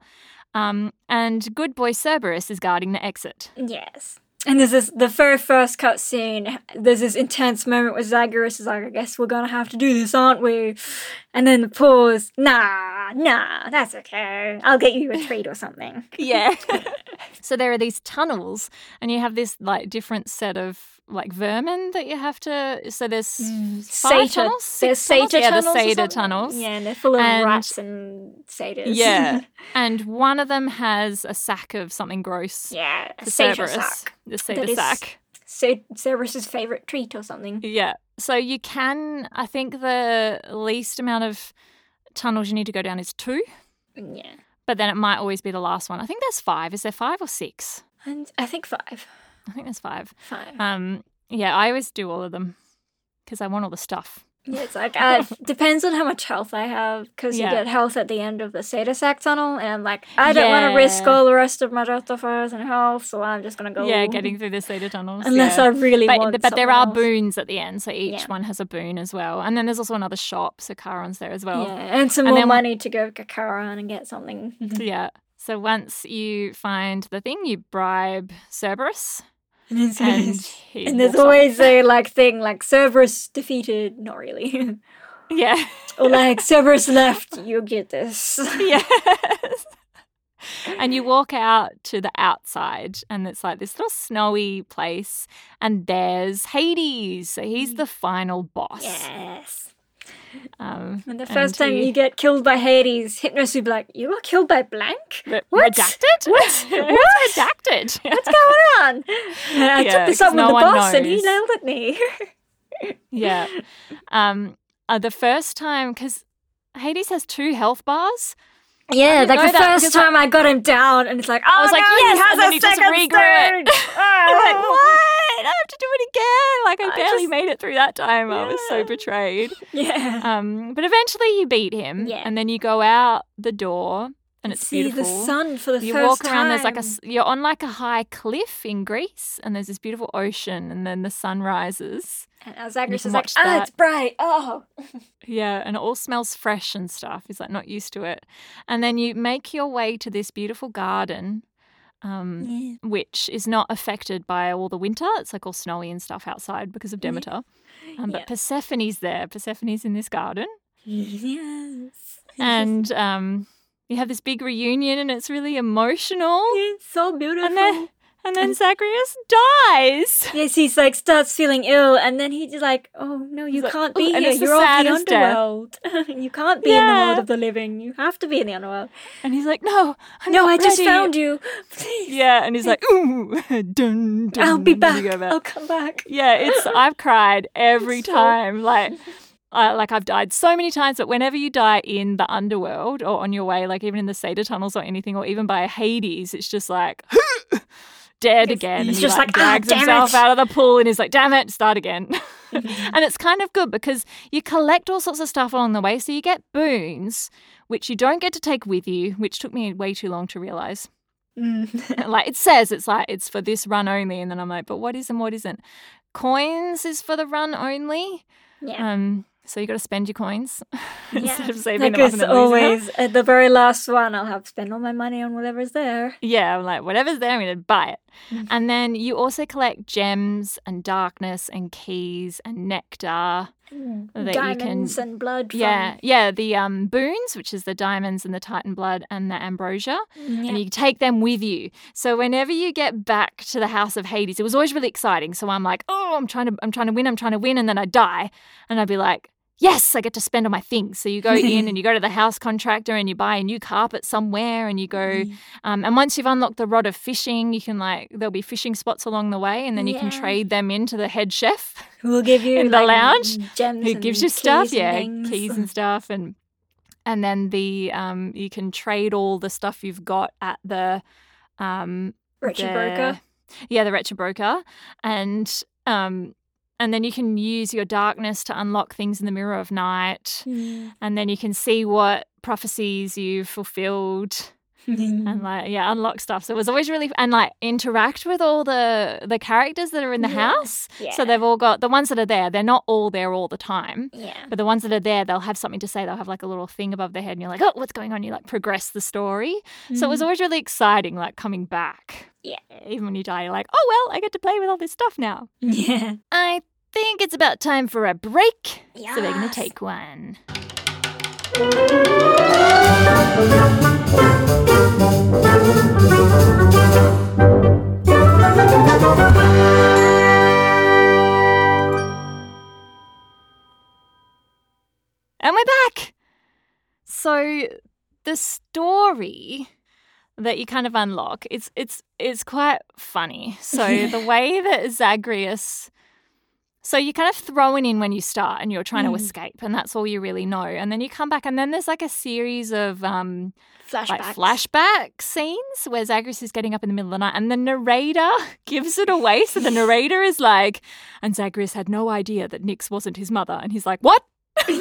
Um, and good boy Cerberus is guarding the exit. Yes. And there's this the very first cutscene. There's this intense moment where Zagreus is like, "I guess we're gonna have to do this, aren't we?" And then the pause. Nah, nah, that's okay. I'll get you a treat or something. Yeah. so there are these tunnels, and you have this like different set of like vermin that you have to. So there's five Satyr- tunnels, Mm. There's six satyr tunnels? yeah, tunnels. or the satyr something. tunnels. Yeah, and they're full of And- rats and satyrs. Yeah. and one of them has a sack of something gross. yeah, a The satyr Cerberus, sack. the satyr That is- sack. So Cerberus's favorite treat or something. Yeah. So you can, I think the least amount of tunnels you need to go down is two, Yeah. but then it might always be the last one. I think there's five. Is there five or six? And I think five. I think there's five. Five. Um, yeah, I always do all of them because I want all the stuff. Yeah, it's like uh, depends on how much health I have because Yeah. you get health at the end of the satyr sack tunnel, and I'm like, I don't want to risk Yeah. all the rest of my justifiers and health, so I'm just gonna go. Yeah, getting through the cedar tunnels. unless yeah. I really But, want. but there something are else. boons at the end, so each Yeah. one has a boon as well. And then there's also another shop, so Charon's there as well. Yeah, and some And more then- money to go to Kakaran and get something. yeah. So once you find the thing, you bribe Cerberus, And it's- and he And there's walks up- always a like thing like Cerberus defeated, not really, yeah. or like Cerberus left. You get this. Yes. and you walk out to the outside, and it's like this little snowy place, and there's Hades. So Mm. he's the final boss. Yes. Um, And the and first time he- you get killed by Hades, Hypnos will be like, "You were killed by blank. Re- What? Redacted? What? What? What's redacted? What's going on?" And I Yeah, took this 'cause up with no the one boss, and he knows. nailed at me. yeah. Um, uh, the first time, because Hades has two health bars. yeah, didn't know like the that first because I- time I got him down, and it's like, "Oh was like, no, "Yes," he has and a then he just second regrew it. stage." I'm like, Ah! Oh. what? I have to do it again. Like, I I barely just- made it through that time. I was so Yeah. betrayed. Yeah. Um, but eventually you beat him, Yeah. and then you go out the door, and it's See beautiful. the sun for the you first walk time. around. There's like a s- you're on like a high cliff in Greece, and there's this beautiful ocean, and then the sun rises. And Zagreus can is like, watch "Ah, that. it's bright. Oh, Yeah, and it all smells fresh and stuff. He's like not used to it, and then you make your way to this beautiful garden. um, Yeah. which is not affected by all the winter. It's like all snowy and stuff outside because of Demeter. Um, but Yeah. Persephone's there. Persephone's in this garden, Yes. and um, you have this big reunion, and it's really emotional. It's so beautiful. And then, and then Zagreus dies. Yes, he's like starts feeling ill, and then he's like, "Oh no, you like, can't "Oh," be and here. it's the You're off the saddest death. underworld. you can't be in the Yeah. world of the living. You have to be in the underworld." And he's like, "No, I'm no, not I just ready." found you. Please, Yeah, and he's like, "Ooh, dun, dun, I'll be dun," back. you go back. I'll come back. Yeah, it's I've cried every So- time. Like, I, like I've died so many times. But whenever you die in the underworld or on your way, like even in the Seder tunnels or anything, or even by Hades, it's just like dead again. And it's he, just like, "Ah, drags damn himself it." Mm-hmm. out of the pool and is like, "Damn it, start again." and it's kind of good because you collect all sorts of stuff along the way, so you get boons which you don't get to take with you, which took me way too long to realize Mm. like it says it's like it's for this run only and then i'm like but what is and what isn't coins is for the run only yeah. um so you got to spend your coins instead of saving Like them up and it's then losing them. always at the very last one, I'll have spend all my money on whatever's there. yeah i'm like whatever's there i'm gonna buy it Mhm. and then you also collect gems and darkness and keys and nectar That you can- Diamonds and blood. From, yeah yeah the um boons which is the diamonds and the titan blood and the ambrosia and you take them with you. So whenever you get back to the house of Hades, it was always really exciting. So I'm like, oh, I'm trying to, I'm trying to win, I'm trying to win, and then I die, and I'd be like. Yes, I get to spend all my things. So you go in and you go to the house contractor and you buy a new carpet somewhere and you go. Mm. Um, and once you've unlocked the rod of fishing, you can like, there'll be fishing spots along the way and then you can Yeah. trade them into the head chef Who will give you In the like, lounge, Gems. who and gives you stuff, keys and yeah, things. keys and stuff, and and then the um you can trade all the stuff you've got at the um Richard the- Broker. yeah the retro broker, and um and then you can use your darkness to unlock things in the mirror of night, and then you can see what prophecies you've fulfilled and Mm-hmm. like yeah unlock stuff so it was always really and like interact with all the the characters that are in the Yeah. house so Yeah. they've all got the ones that are there they're not all there all the time yeah. but the ones that are there, they'll have something to say. They'll have like a little thing above their head, and you're like, oh, what's going on? You like progress the story. So it was always really exciting, like coming back. Yeah. Even when you die, you're like, oh, well, I get to play with all this stuff now. Yeah. I think it's about time for a break. So we're going to Yes. take one. And we're back. So the story that you kind of unlock, it's it's it's quite funny. So the way that Zagreus so you're kind of thrown in when you start and you're trying Mm. to escape and that's all you really know. And then you come back and then there's like a series of um Flashbacks. like flashback scenes where Zagreus is getting up in the middle of the night and the narrator gives it away. So the narrator is like, and Zagreus had no idea that Nyx wasn't his mother. And he's like, What? what do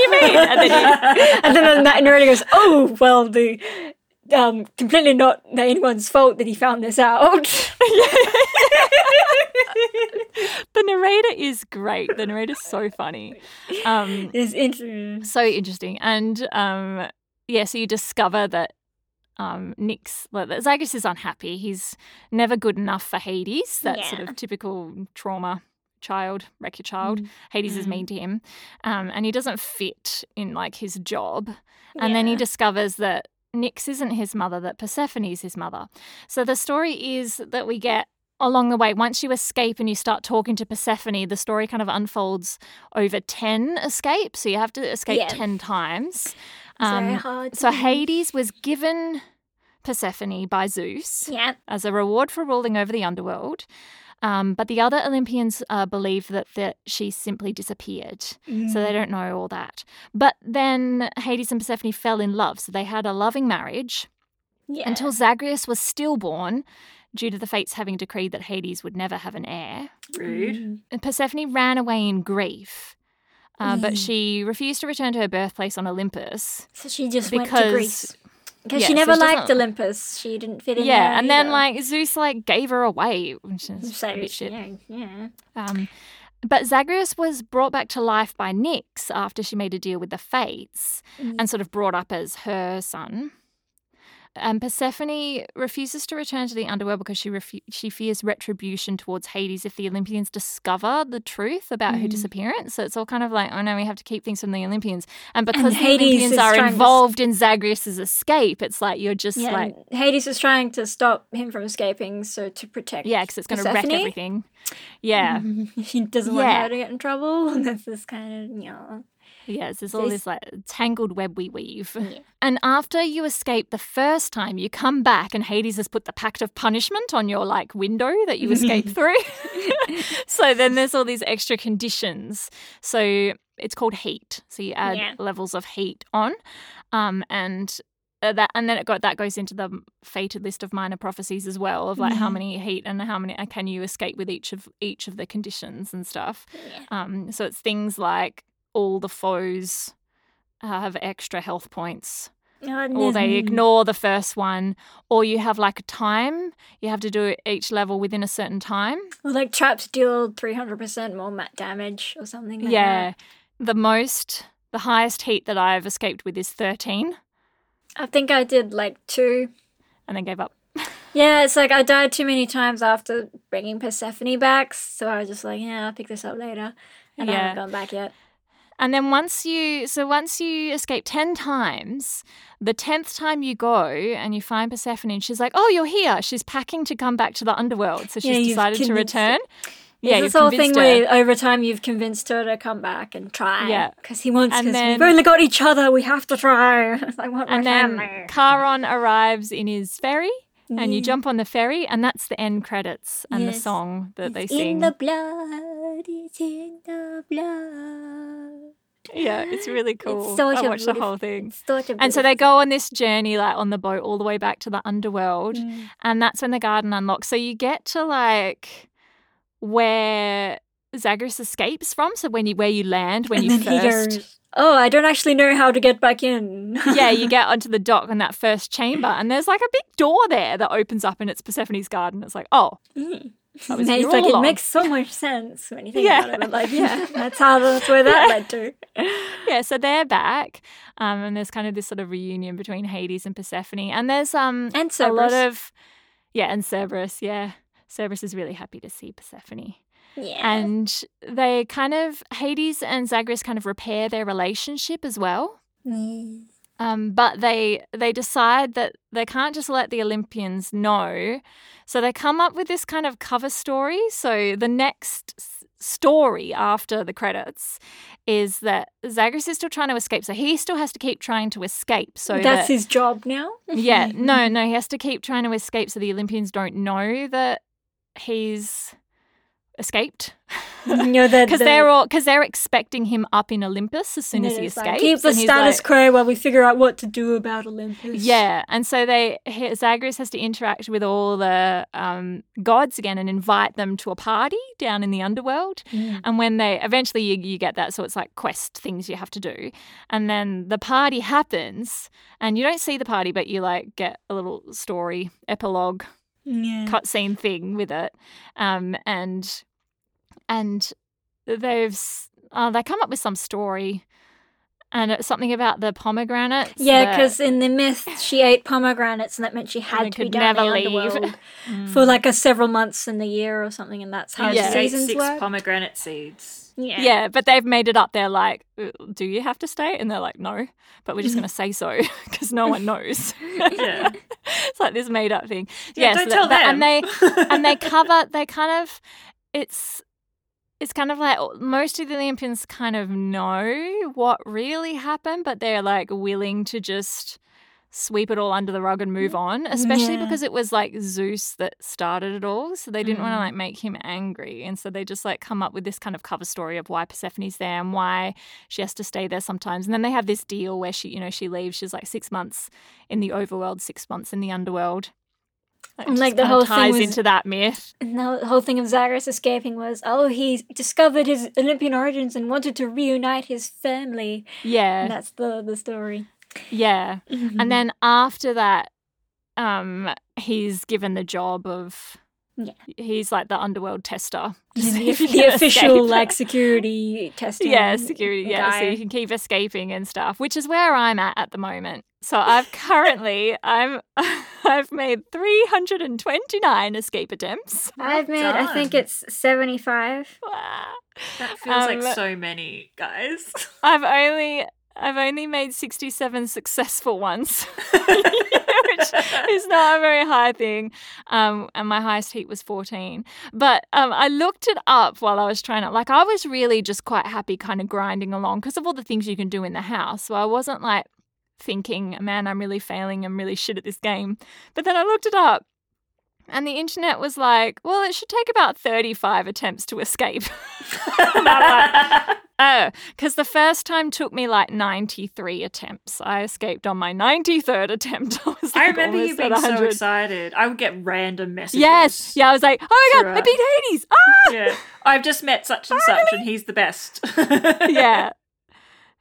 you mean? And then he- and then that narrator goes, "Oh, well, the um, completely not anyone's fault that he found this out." the narrator is great. The narrator's so funny. Um, it's interesting. so interesting. And um, yeah, so you discover that um, Nick's, well, that Zagreus is unhappy. He's never good enough for Hades, that sort Yeah. of typical trauma child, wreck your child. Mm. Hades is Mm. mean to him. Um, and he doesn't fit in like his job. And then he Yeah. discovers that Nyx isn't his mother, that Persephone is his mother. So the story is that we get along the way, once you escape and you start talking to Persephone, the story kind of unfolds over 10 escapes. So you have to escape Yeah. 10 times. It's Um, very hard so to- Hades was given Persephone by Zeus Yeah. as a reward for ruling over the underworld. Um, but the other Olympians uh, believe that, that she simply disappeared. So Mm. they don't know all that. But then Hades and Persephone fell in love. So they had a loving marriage yeah. until Zagreus was stillborn due to the fates having decreed that Hades would never have an heir. Rude. Mm-hmm. And Persephone ran away in grief. Uh, but Mm. she refused to return to her birthplace on Olympus So she just went to Greece because because yeah, she so never she doesn't- liked Olympus. She didn't fit in. yeah, there and then either. like Zeus like gave her away, which is so a bit shit. yeah, yeah. Um, but Zagreus was brought back to life by Nyx after she made a deal with the Fates Mm. and sort of brought up as her son. um, Persephone refuses to return to the underworld because she refu- she fears retribution towards Hades if the Olympians discover the truth about her Mm. disappearance. So it's all kind of like, oh no, we have to keep things from the Olympians. And because the Hades Olympians is are trying to- involved in Zagreus's escape, it's like you're just Yeah, like, and Hades is trying to stop him from escaping, so to protect. yeah, because it's going to wreck Persephone. Mm-hmm. everything. Yeah, he doesn't want Yeah. her to get in trouble. And that's this kind of, you know. Yes, there's all This- this like tangled web we weave. And after you escape the first time, you come back and Hades has put the pact of punishment on your like window that you escape through. so then there's all these extra conditions. So it's called heat. So you add Yeah. levels of heat on. Um, and uh, that and then it got that goes into the fated list of minor prophecies as well of like how Mhm. many heat and how many uh, can you escape with each of each of the conditions and stuff. Yeah. Um, so it's things like all the foes uh, have extra health points, or they Mm-hmm. ignore the first one, or you have like a time. You have to do each level within a certain time. Or like traps deal 300% more mat damage or something like yeah. that. The most, the highest heat that I've escaped with is 13, I think I did like two. and then gave up. Yeah, it's like I died too many times after bringing Persephone back, so I was just like, yeah, I'll pick this up later. And I Yeah. haven't gone back yet. And then once you, so once you escape 10 times, the 10th time you go and you find Persephone and she's like, oh, you're here. She's packing to come back to the underworld. So Yeah, she's you've decided to convinced her. return. Yeah, you've this whole thing convinced her. where over time you've convinced her to come back and try. Yeah. because he wants. And Because then- we've only got each other. We have to try. It's like what? and then Charon arrives in his ferry, and you jump on the ferry, and that's the end credits and the Yes. song that they in sing. the blood. It's in the blood. yeah, it's really cool. such I a watched the beautiful- whole thing. It's such a And so they beautiful- go on this journey, like on the boat, all the way back to the underworld, Mm. and that's when the garden unlocks. So you get to like where Zagreus escapes from. So when you where you land, when And you then he first goes, "Oh, I don't actually know how to get back in." yeah, you get onto the dock in that first chamber, and there's like a big door there that opens up, and it's Persephone's garden. It's like, oh, Mm. that was And it's here all like it along. makes so much sense when you think Yeah. about it. But like, yeah, that's how that's where that led to. yeah, so they're back, um, and there's kind of this sort of reunion between Hades and Persephone, and there's um And a lot Cerberus. of yeah, and Cerberus, yeah, Cerberus is really happy to see Persephone, yeah. and they kind of Hades and Zagreus kind of repair their relationship as well. Mm. Um, but they they decide that they can't just let the Olympians know, so they come up with this kind of cover story. So the next s- story after the credits is that Zagreus is still trying to escape, so he still has to keep trying to escape. So that's that- his job now. yeah, no, no, he has to keep trying to escape, so the Olympians don't know that he's escaped you know that because they're all because they're expecting him up in Olympus as soon as he escapes. keep the and he's status like- quo while we figure out what to do about Olympus. Yeah, and so they he- Zagreus has to interact with all the um, gods again and invite them to a party down in the underworld. Mm. And when they eventually you, you get that, so it's like quest things you have to do. And then the party happens, and you don't see the party, but you like get a little story epilogue yeah. cutscene thing with it, um, and and they've s- uh, they come up with some story. And it's something about the pomegranates. Yeah, that- because in the myth, she ate pomegranates, and that meant she had they to be could down never in leave. Mm. the underworld Mm. for like a several months in the year or something, and that's Yeah. how the Just ate seasons six work. pomegranate seeds. yeah. Yeah, but they've made it up. They're like, "Uh, do you have to stay? And they're like, no, but we're just going to say so because no one knows. Yeah. it's like this made up thing. Yeah, so don't that- tell that- them. And they and they cover. They kind of it's. It's kind of like most of the Olympians kind of know what really happened, but they're like willing to just sweep it all under the rug and move on, especially Yeah. because it was like Zeus that started it all. So they didn't want to Mm. like make him angry. And so they just like come up with this kind of cover story of why Persephone's there and why she has to stay there sometimes. And then they have this deal where she, you know, she leaves, she's like six months in the overworld, six months in the underworld. Like, it And, like, just the kinda whole thing ties was- into that myth. And the whole thing of Zagreus escaping was, oh, he discovered his Olympian origins and wanted to reunite his family. And Yeah. that's the the story. Yeah. Mm-hmm. And then after that, um, he's given the job of He's like the underworld tester. to see if he the can official escape. like security testing. yeah, security. Yeah, so guy. you can keep escaping and stuff, which is where I'm at at the moment. So I've currently I'm I've made 329 escape attempts. I've made. I think done. it's seventy-five. Ah. That feels like Um, so many guys. I've only I've only made 67 successful ones, which is not a very high thing. Um, and my highest heat was 14. But um, I looked it up while I was trying to, like, I was really just quite happy kind of grinding along because of all the things you can do in the house. So I wasn't like thinking, man, I'm really failing. I'm really shit at this game. But then I looked it up. And the internet was like, well, it should take about 35 attempts to escape. Oh, because the first time took me like 93 attempts. I escaped on my 93rd attempt. I, was I like remember you almost at being so 100. excited. I would get random messages. Yes. Yeah, I was like, oh my God, I Throughout. beat Hades. Oh, Yeah. I've just met such and such, and he's the best. Ah! Yeah.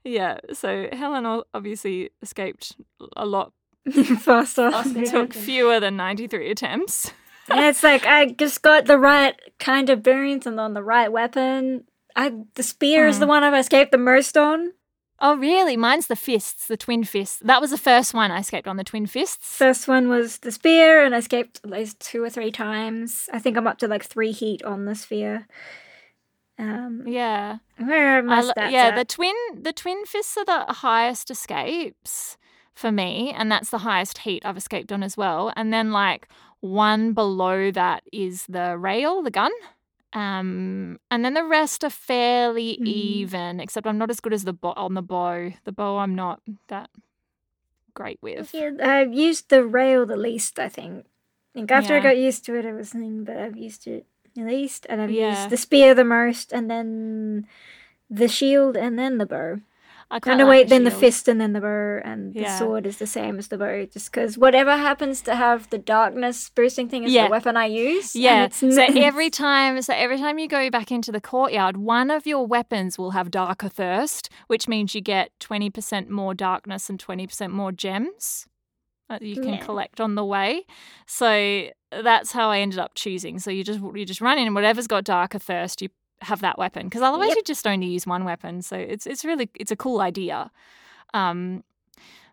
Yeah. So Helen o- obviously escaped a lot, Faster. took fewer than 93 attempts. And it's like I just got the right kind of bearings and on the right weapon. I the spear Hmm. is the one I've escaped the most on. Oh, really? Mine's the fists, the twin fists. That was the first one I escaped on, the twin fists. First one was the spear, and I escaped at least two or three times. I think I'm up to like three heat on the spear. Um, Yeah. where are my I lo- stats yeah, at? the twin the twin fists are the highest escapes for me, and that's the highest heat I've escaped on as well. And then like one below that is the rail, the gun. Um, and then the rest are fairly Mhm. even, except I'm not as good as the bo- on the bow. The bow I'm not that great with. Yeah, I've used the rail the least, I think. I think after I Yeah. got used to it, I was thinking, but I've used it the least, and I've Yeah. used the spear the most, and then the shield, and then the bow. I No, quite no, like wait, then the shield. fist, and then the bow, and Yeah. the sword is the same as the bow, just because whatever happens to have the darkness boosting thing is Yeah. the weapon I use. and Yeah. it's So n- every time, so every time you go back into the courtyard, one of your weapons will have darker thirst, which means you get twenty percent more darkness and twenty percent more gems that you can Yeah. collect on the way. So that's how I ended up choosing. So you just you just run in, and whatever's got darker thirst, you have that weapon because otherwise Yep. you just only use one weapon. So it's it's really it's a cool idea. Um,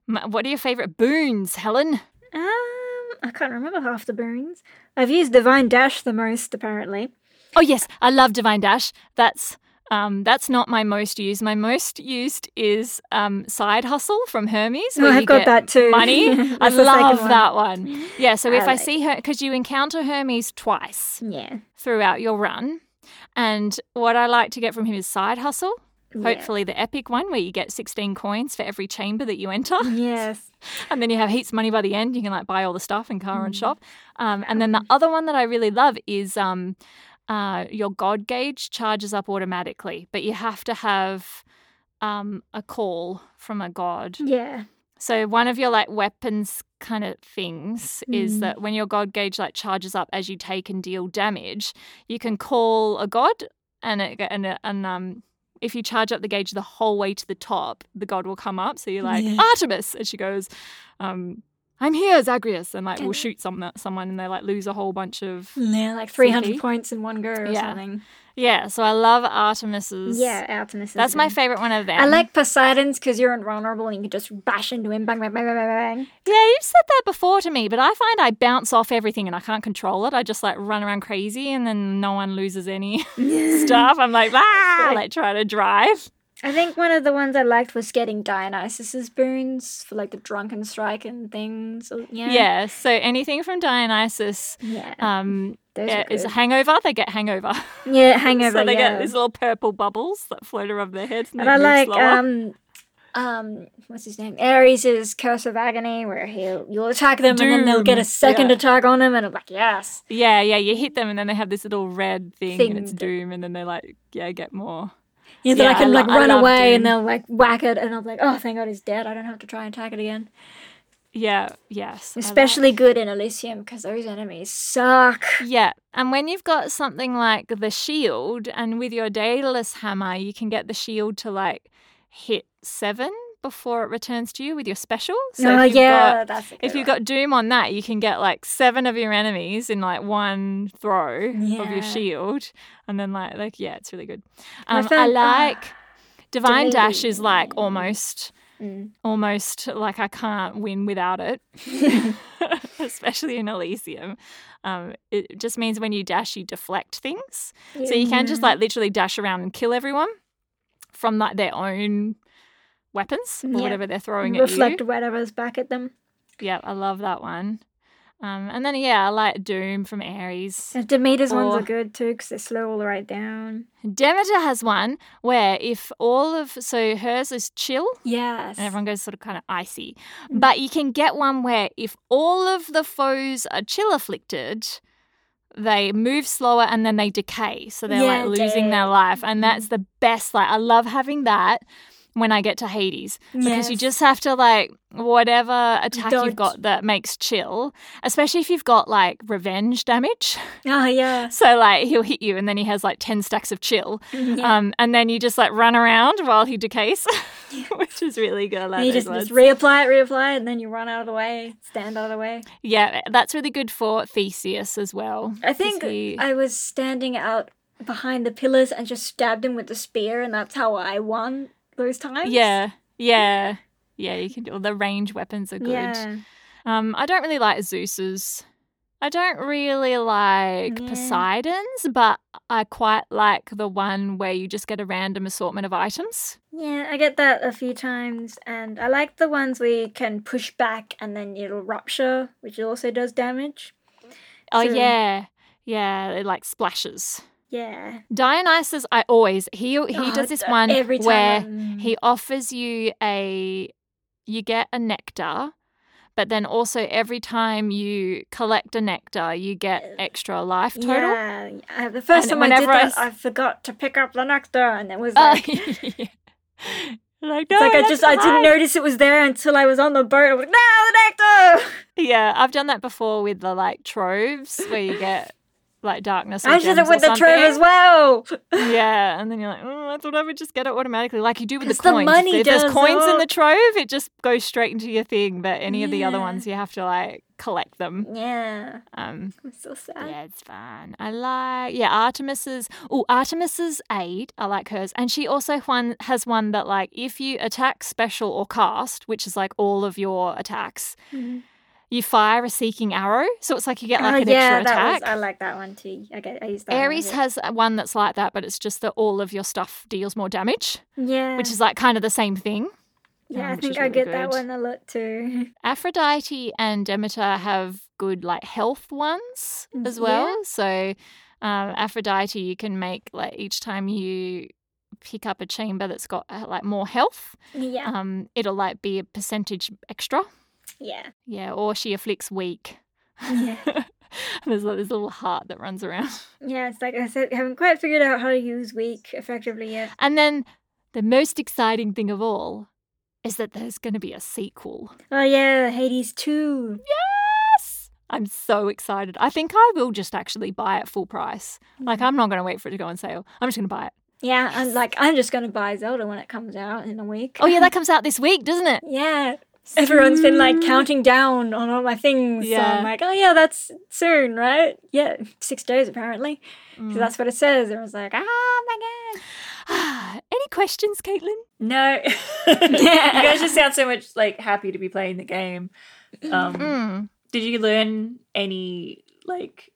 m- what are your favorite boons, Helen? Um, I can't remember half the bearings. I've used Divine Dash the most, apparently. Oh yes, I love Divine Dash. That's um, that's not my most used. My most used is um, Side Hustle from Hermes. Oh, where I've you got get that too. Money. I That's the second love one. that one. Yeah. So if I I, like- see her, because you encounter Hermes twice Yeah. throughout your run, and what I like to get from him is Side Hustle. yeah. Hopefully, the epic one where you get 16 coins for every chamber that you enter. Yes. And then you have heaps of money by the end. You can like buy all the stuff and car and shop. Um, and then the other one that I really love is um, uh, your God gauge charges up automatically, but you have to have um, a call from a god. Yeah. So one of your like weapons kind of things is Mm. that when your god gauge like charges up as you take and deal damage, you can call a god and it, and it- and um if you charge up the gauge the whole way to the top, the god will come up. So you're like Yeah. Artemis, and she goes, um, "I'm here, Zagreus," and like we will And- shoot some someone and they like lose a whole bunch of Yeah, like 300 CP. points in one go or Yeah. something. yeah. So I love Artemis's. Yeah, Artemis. is that's my good. favorite one of them. I like Poseidon's because you're invulnerable and you can just bash into him. Bang, bang, bang, bang, bang, bang. Yeah, you've said that before to me, but I find I bounce off everything and I can't control it. I just like run around crazy and then no one loses any stuff. I'm like, ah, like trying to drive. I think one of the ones I liked was getting Dionysus's boons for like the drunken strike and things. or- Yeah. Yeah. so anything from Dionysus Yeah. um, Those uh, were is a good. hangover, they get hangover. yeah, hangover. so they yeah. get these little purple bubbles that float above their heads. And, And they I move like slower. um um what's his name? Ares's Curse of Agony, where he'll you'll attack them and then they'll get Doom, a second yeah. attack on him and I'm like, yes. yeah, yeah, you hit them and then they have this little red thing, Thing and it's that- doom, and then they like, yeah, get more. And then Yeah, I I can lo- like I run love away Doom. and they'll like whack it and I'm like, oh thank god he's dead. I don't have to try and attack it again. Yeah, yes. I love- Especially good in Elysium because those enemies suck. Yeah. And when you've got something like the shield, and with your Daedalus hammer, you can get the shield to like hit seven before it returns to you with your special. oh if you've yeah, got- that's a good if you've one. got Doom on that, you can get like seven of your enemies in like one throw of Yeah. your shield, and then like like yeah, it's really good. My Um, I friend- ah, like Divine Dash is Divinity. like almost Mm. almost like I can't win without it, especially in Elysium. Um, it just means when you dash, you deflect things, so you can just Yeah. like literally dash around and kill everyone from like their own weapons or Yeah. whatever they're throwing at you. reflect whatever's back at them. Yep, I love that one. Um, and then yeah, I like Doom from Ares. And Demeter's ones Or- are good too because they slow all the right down. Demeter has one where if all of so hers is chill Yes. and everyone goes sort of kind of icy, Mm. but you can get one where if all of the foes are chill afflicted, they move slower and then they decay, so they're Yeah, Mm-hmm. like losing their dead. life, and that's the best. Like I love having that when I get to Hades. because you just have to like whatever attack Dodge. you've got that makes chill, especially if you've got like revenge damage. Oh yeah. So like he'll hit you and then he has like 10 stacks of chill. yeah. Um, and then you just like run around while he decays, which is really good. I like And you those just, just ones. reapply it, reapply it, and then you run out of the way, stand out of the way. yeah, eh, that's really good for Theseus as well. I 'cause think he- I was standing out behind the pillars and just stabbed him with the spear, and that's how I won those times. yeah, yeah, yeah, you can do all the range weapons are good. Yeah. Um, I don't really like Zeus's. I don't really like Yeah. Poseidon's, but I quite like the one where you just get a random assortment of items. Yeah, I get that a few times, and I like the ones where you can push back and then it'll rupture, which also does damage. Oh Sure. yeah, yeah, it like splashes. Yeah. Dionysus, I always he he Oh, does this d- one every time where I'm- he offers you a you get a nectar, but then also every time you collect a nectar, you get extra life total. Yeah, I- the first And time I did whenever I that, s- I forgot to pick up the nectar, and it was Uh, like, yeah. Like, it's like "No, I just I that's didn't mine." notice it was there until I was on the boat. I was like, no, the nectar. Yeah, I've done that before with the like troves where you get like darkness. Or I did it gems with or the trove as something. well. Yeah, and then you're like, oh, I thought I would just get it automatically, like you do with the 'Cause the coins. money if there's does coins in all- the trove, it just goes straight into your thing. But any of the other Yeah. ones, you have to like collect them. Yeah, Um, I'm so sad. yeah, it's fun. I like yeah Artemis's. Oh, Artemis's aid. I like hers, and she also one has one that like if you attack special or cast, which is like all of your attacks, Mhm. you fire a seeking arrow. So it's like you get like Oh, an yeah, extra that was, attack. I like that one too. I get I use that. one a Ares bit. has one that's like that, but it's just that all of your stuff deals more damage, yeah, which is like kind of the same thing. yeah. um, I which is think I really get that good. one a lot too. Aphrodite and Demeter have good like health ones as well. So um, Aphrodite, you can make like each time you pick up a chamber that's got uh, like more health, Yeah, um, it'll like be a percentage extra. yeah, Yeah, or she afflicts weak. yeah. There's like this little heart that runs around. Yeah, it's like I said, I haven't quite figured out how to use weak effectively yet. And then the most exciting thing of all is that there's going to be a sequel. Oh yeah, Hades two. Yes! I'm so excited. I think I will just actually buy it full price. Mm. Like, I'm not going to wait for it to go on sale. I'm just going to buy it. Yeah, and like I'm just gonna buy Zelda when it comes out in a week. Oh, yeah, that comes out this week, doesn't it? Mm. yeah. Everyone's been like Soon. counting down on all my things. So Yeah. I'm like, oh yeah, that's soon, right? Yeah, six days apparently, Mm. because that's what it says. Everyone's like, ah, my god. Any questions, Caitlin? No. you guys just sound so much like happy to be playing the game. Um, Mm. Did you learn any like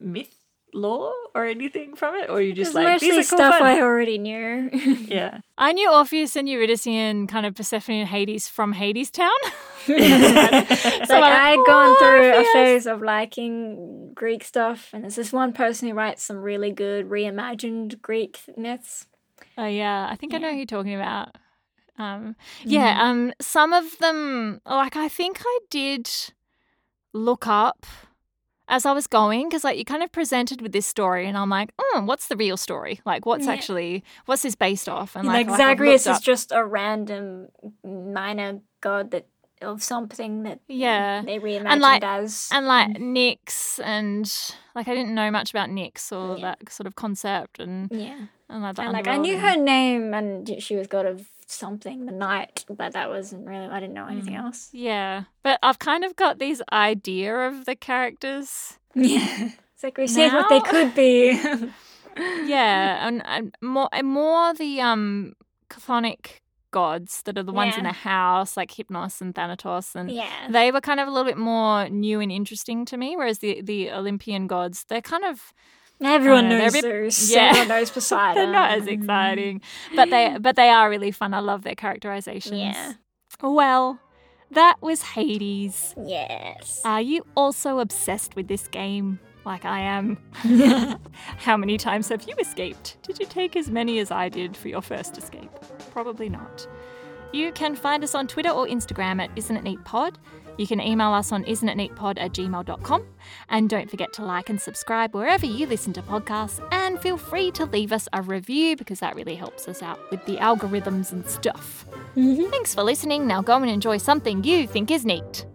myth lore or anything from it, or you just It's like mostly these are cool stuff fun? I already knew. Yeah. I knew Orpheus and Eurydice and kind of Persephone and Hades from Hades Town. It's So like I'm I'd gone through a Orpheus. phase of liking Greek stuff, and there's this one person who writes some really good reimagined Greek myths. Oh yeah, I think I know who you're talking about. Um, yeah, um, some of them, like I think I did look up as I was going because like you kind of presented with this story, and I'm like, mm, what's the real story? Like, what's Yeah. actually what's this based off? And Like, I've Zagreus looked is up- just a random minor god that of something that yeah. they reimagined like- as. And like Mm. Nyx, and like I didn't know much about Nyx or Yeah. that sort of concept, and, yeah, and like, the and like I underworld knew and- her name, and she was god of something the night, but that wasn't really. I didn't know Hmm. anything else. Yeah. But I've kind of got these idea of the characters. Yeah, it's like we said what they Now- could be. Yeah, and, and more and more the um chthonic gods that are the ones in Yeah. the house like Hypnos and Thanatos and yeah, they were kind of a little bit more new and interesting to me whereas the the Olympian gods they're kind of everyone know, they're a knows bit- Zeus. yeah. Everyone knows Poseidon. they're not as exciting but they but they are really fun I love their characterizations. Yeah. Well, that was Hades. Yes. Are you also obsessed with this game like I am? How many times have you escaped? Did you take as many as I did for your first escape? Probably not. You can find us on Twitter or Instagram at Isn't It Neat Pod. You can email us on isn'titneatpod at gmail.com. And don't forget to like and subscribe wherever you listen to podcasts. And feel free to leave us a review because that really helps us out with the algorithms and stuff. Thanks for listening. Now go and enjoy something you think is neat.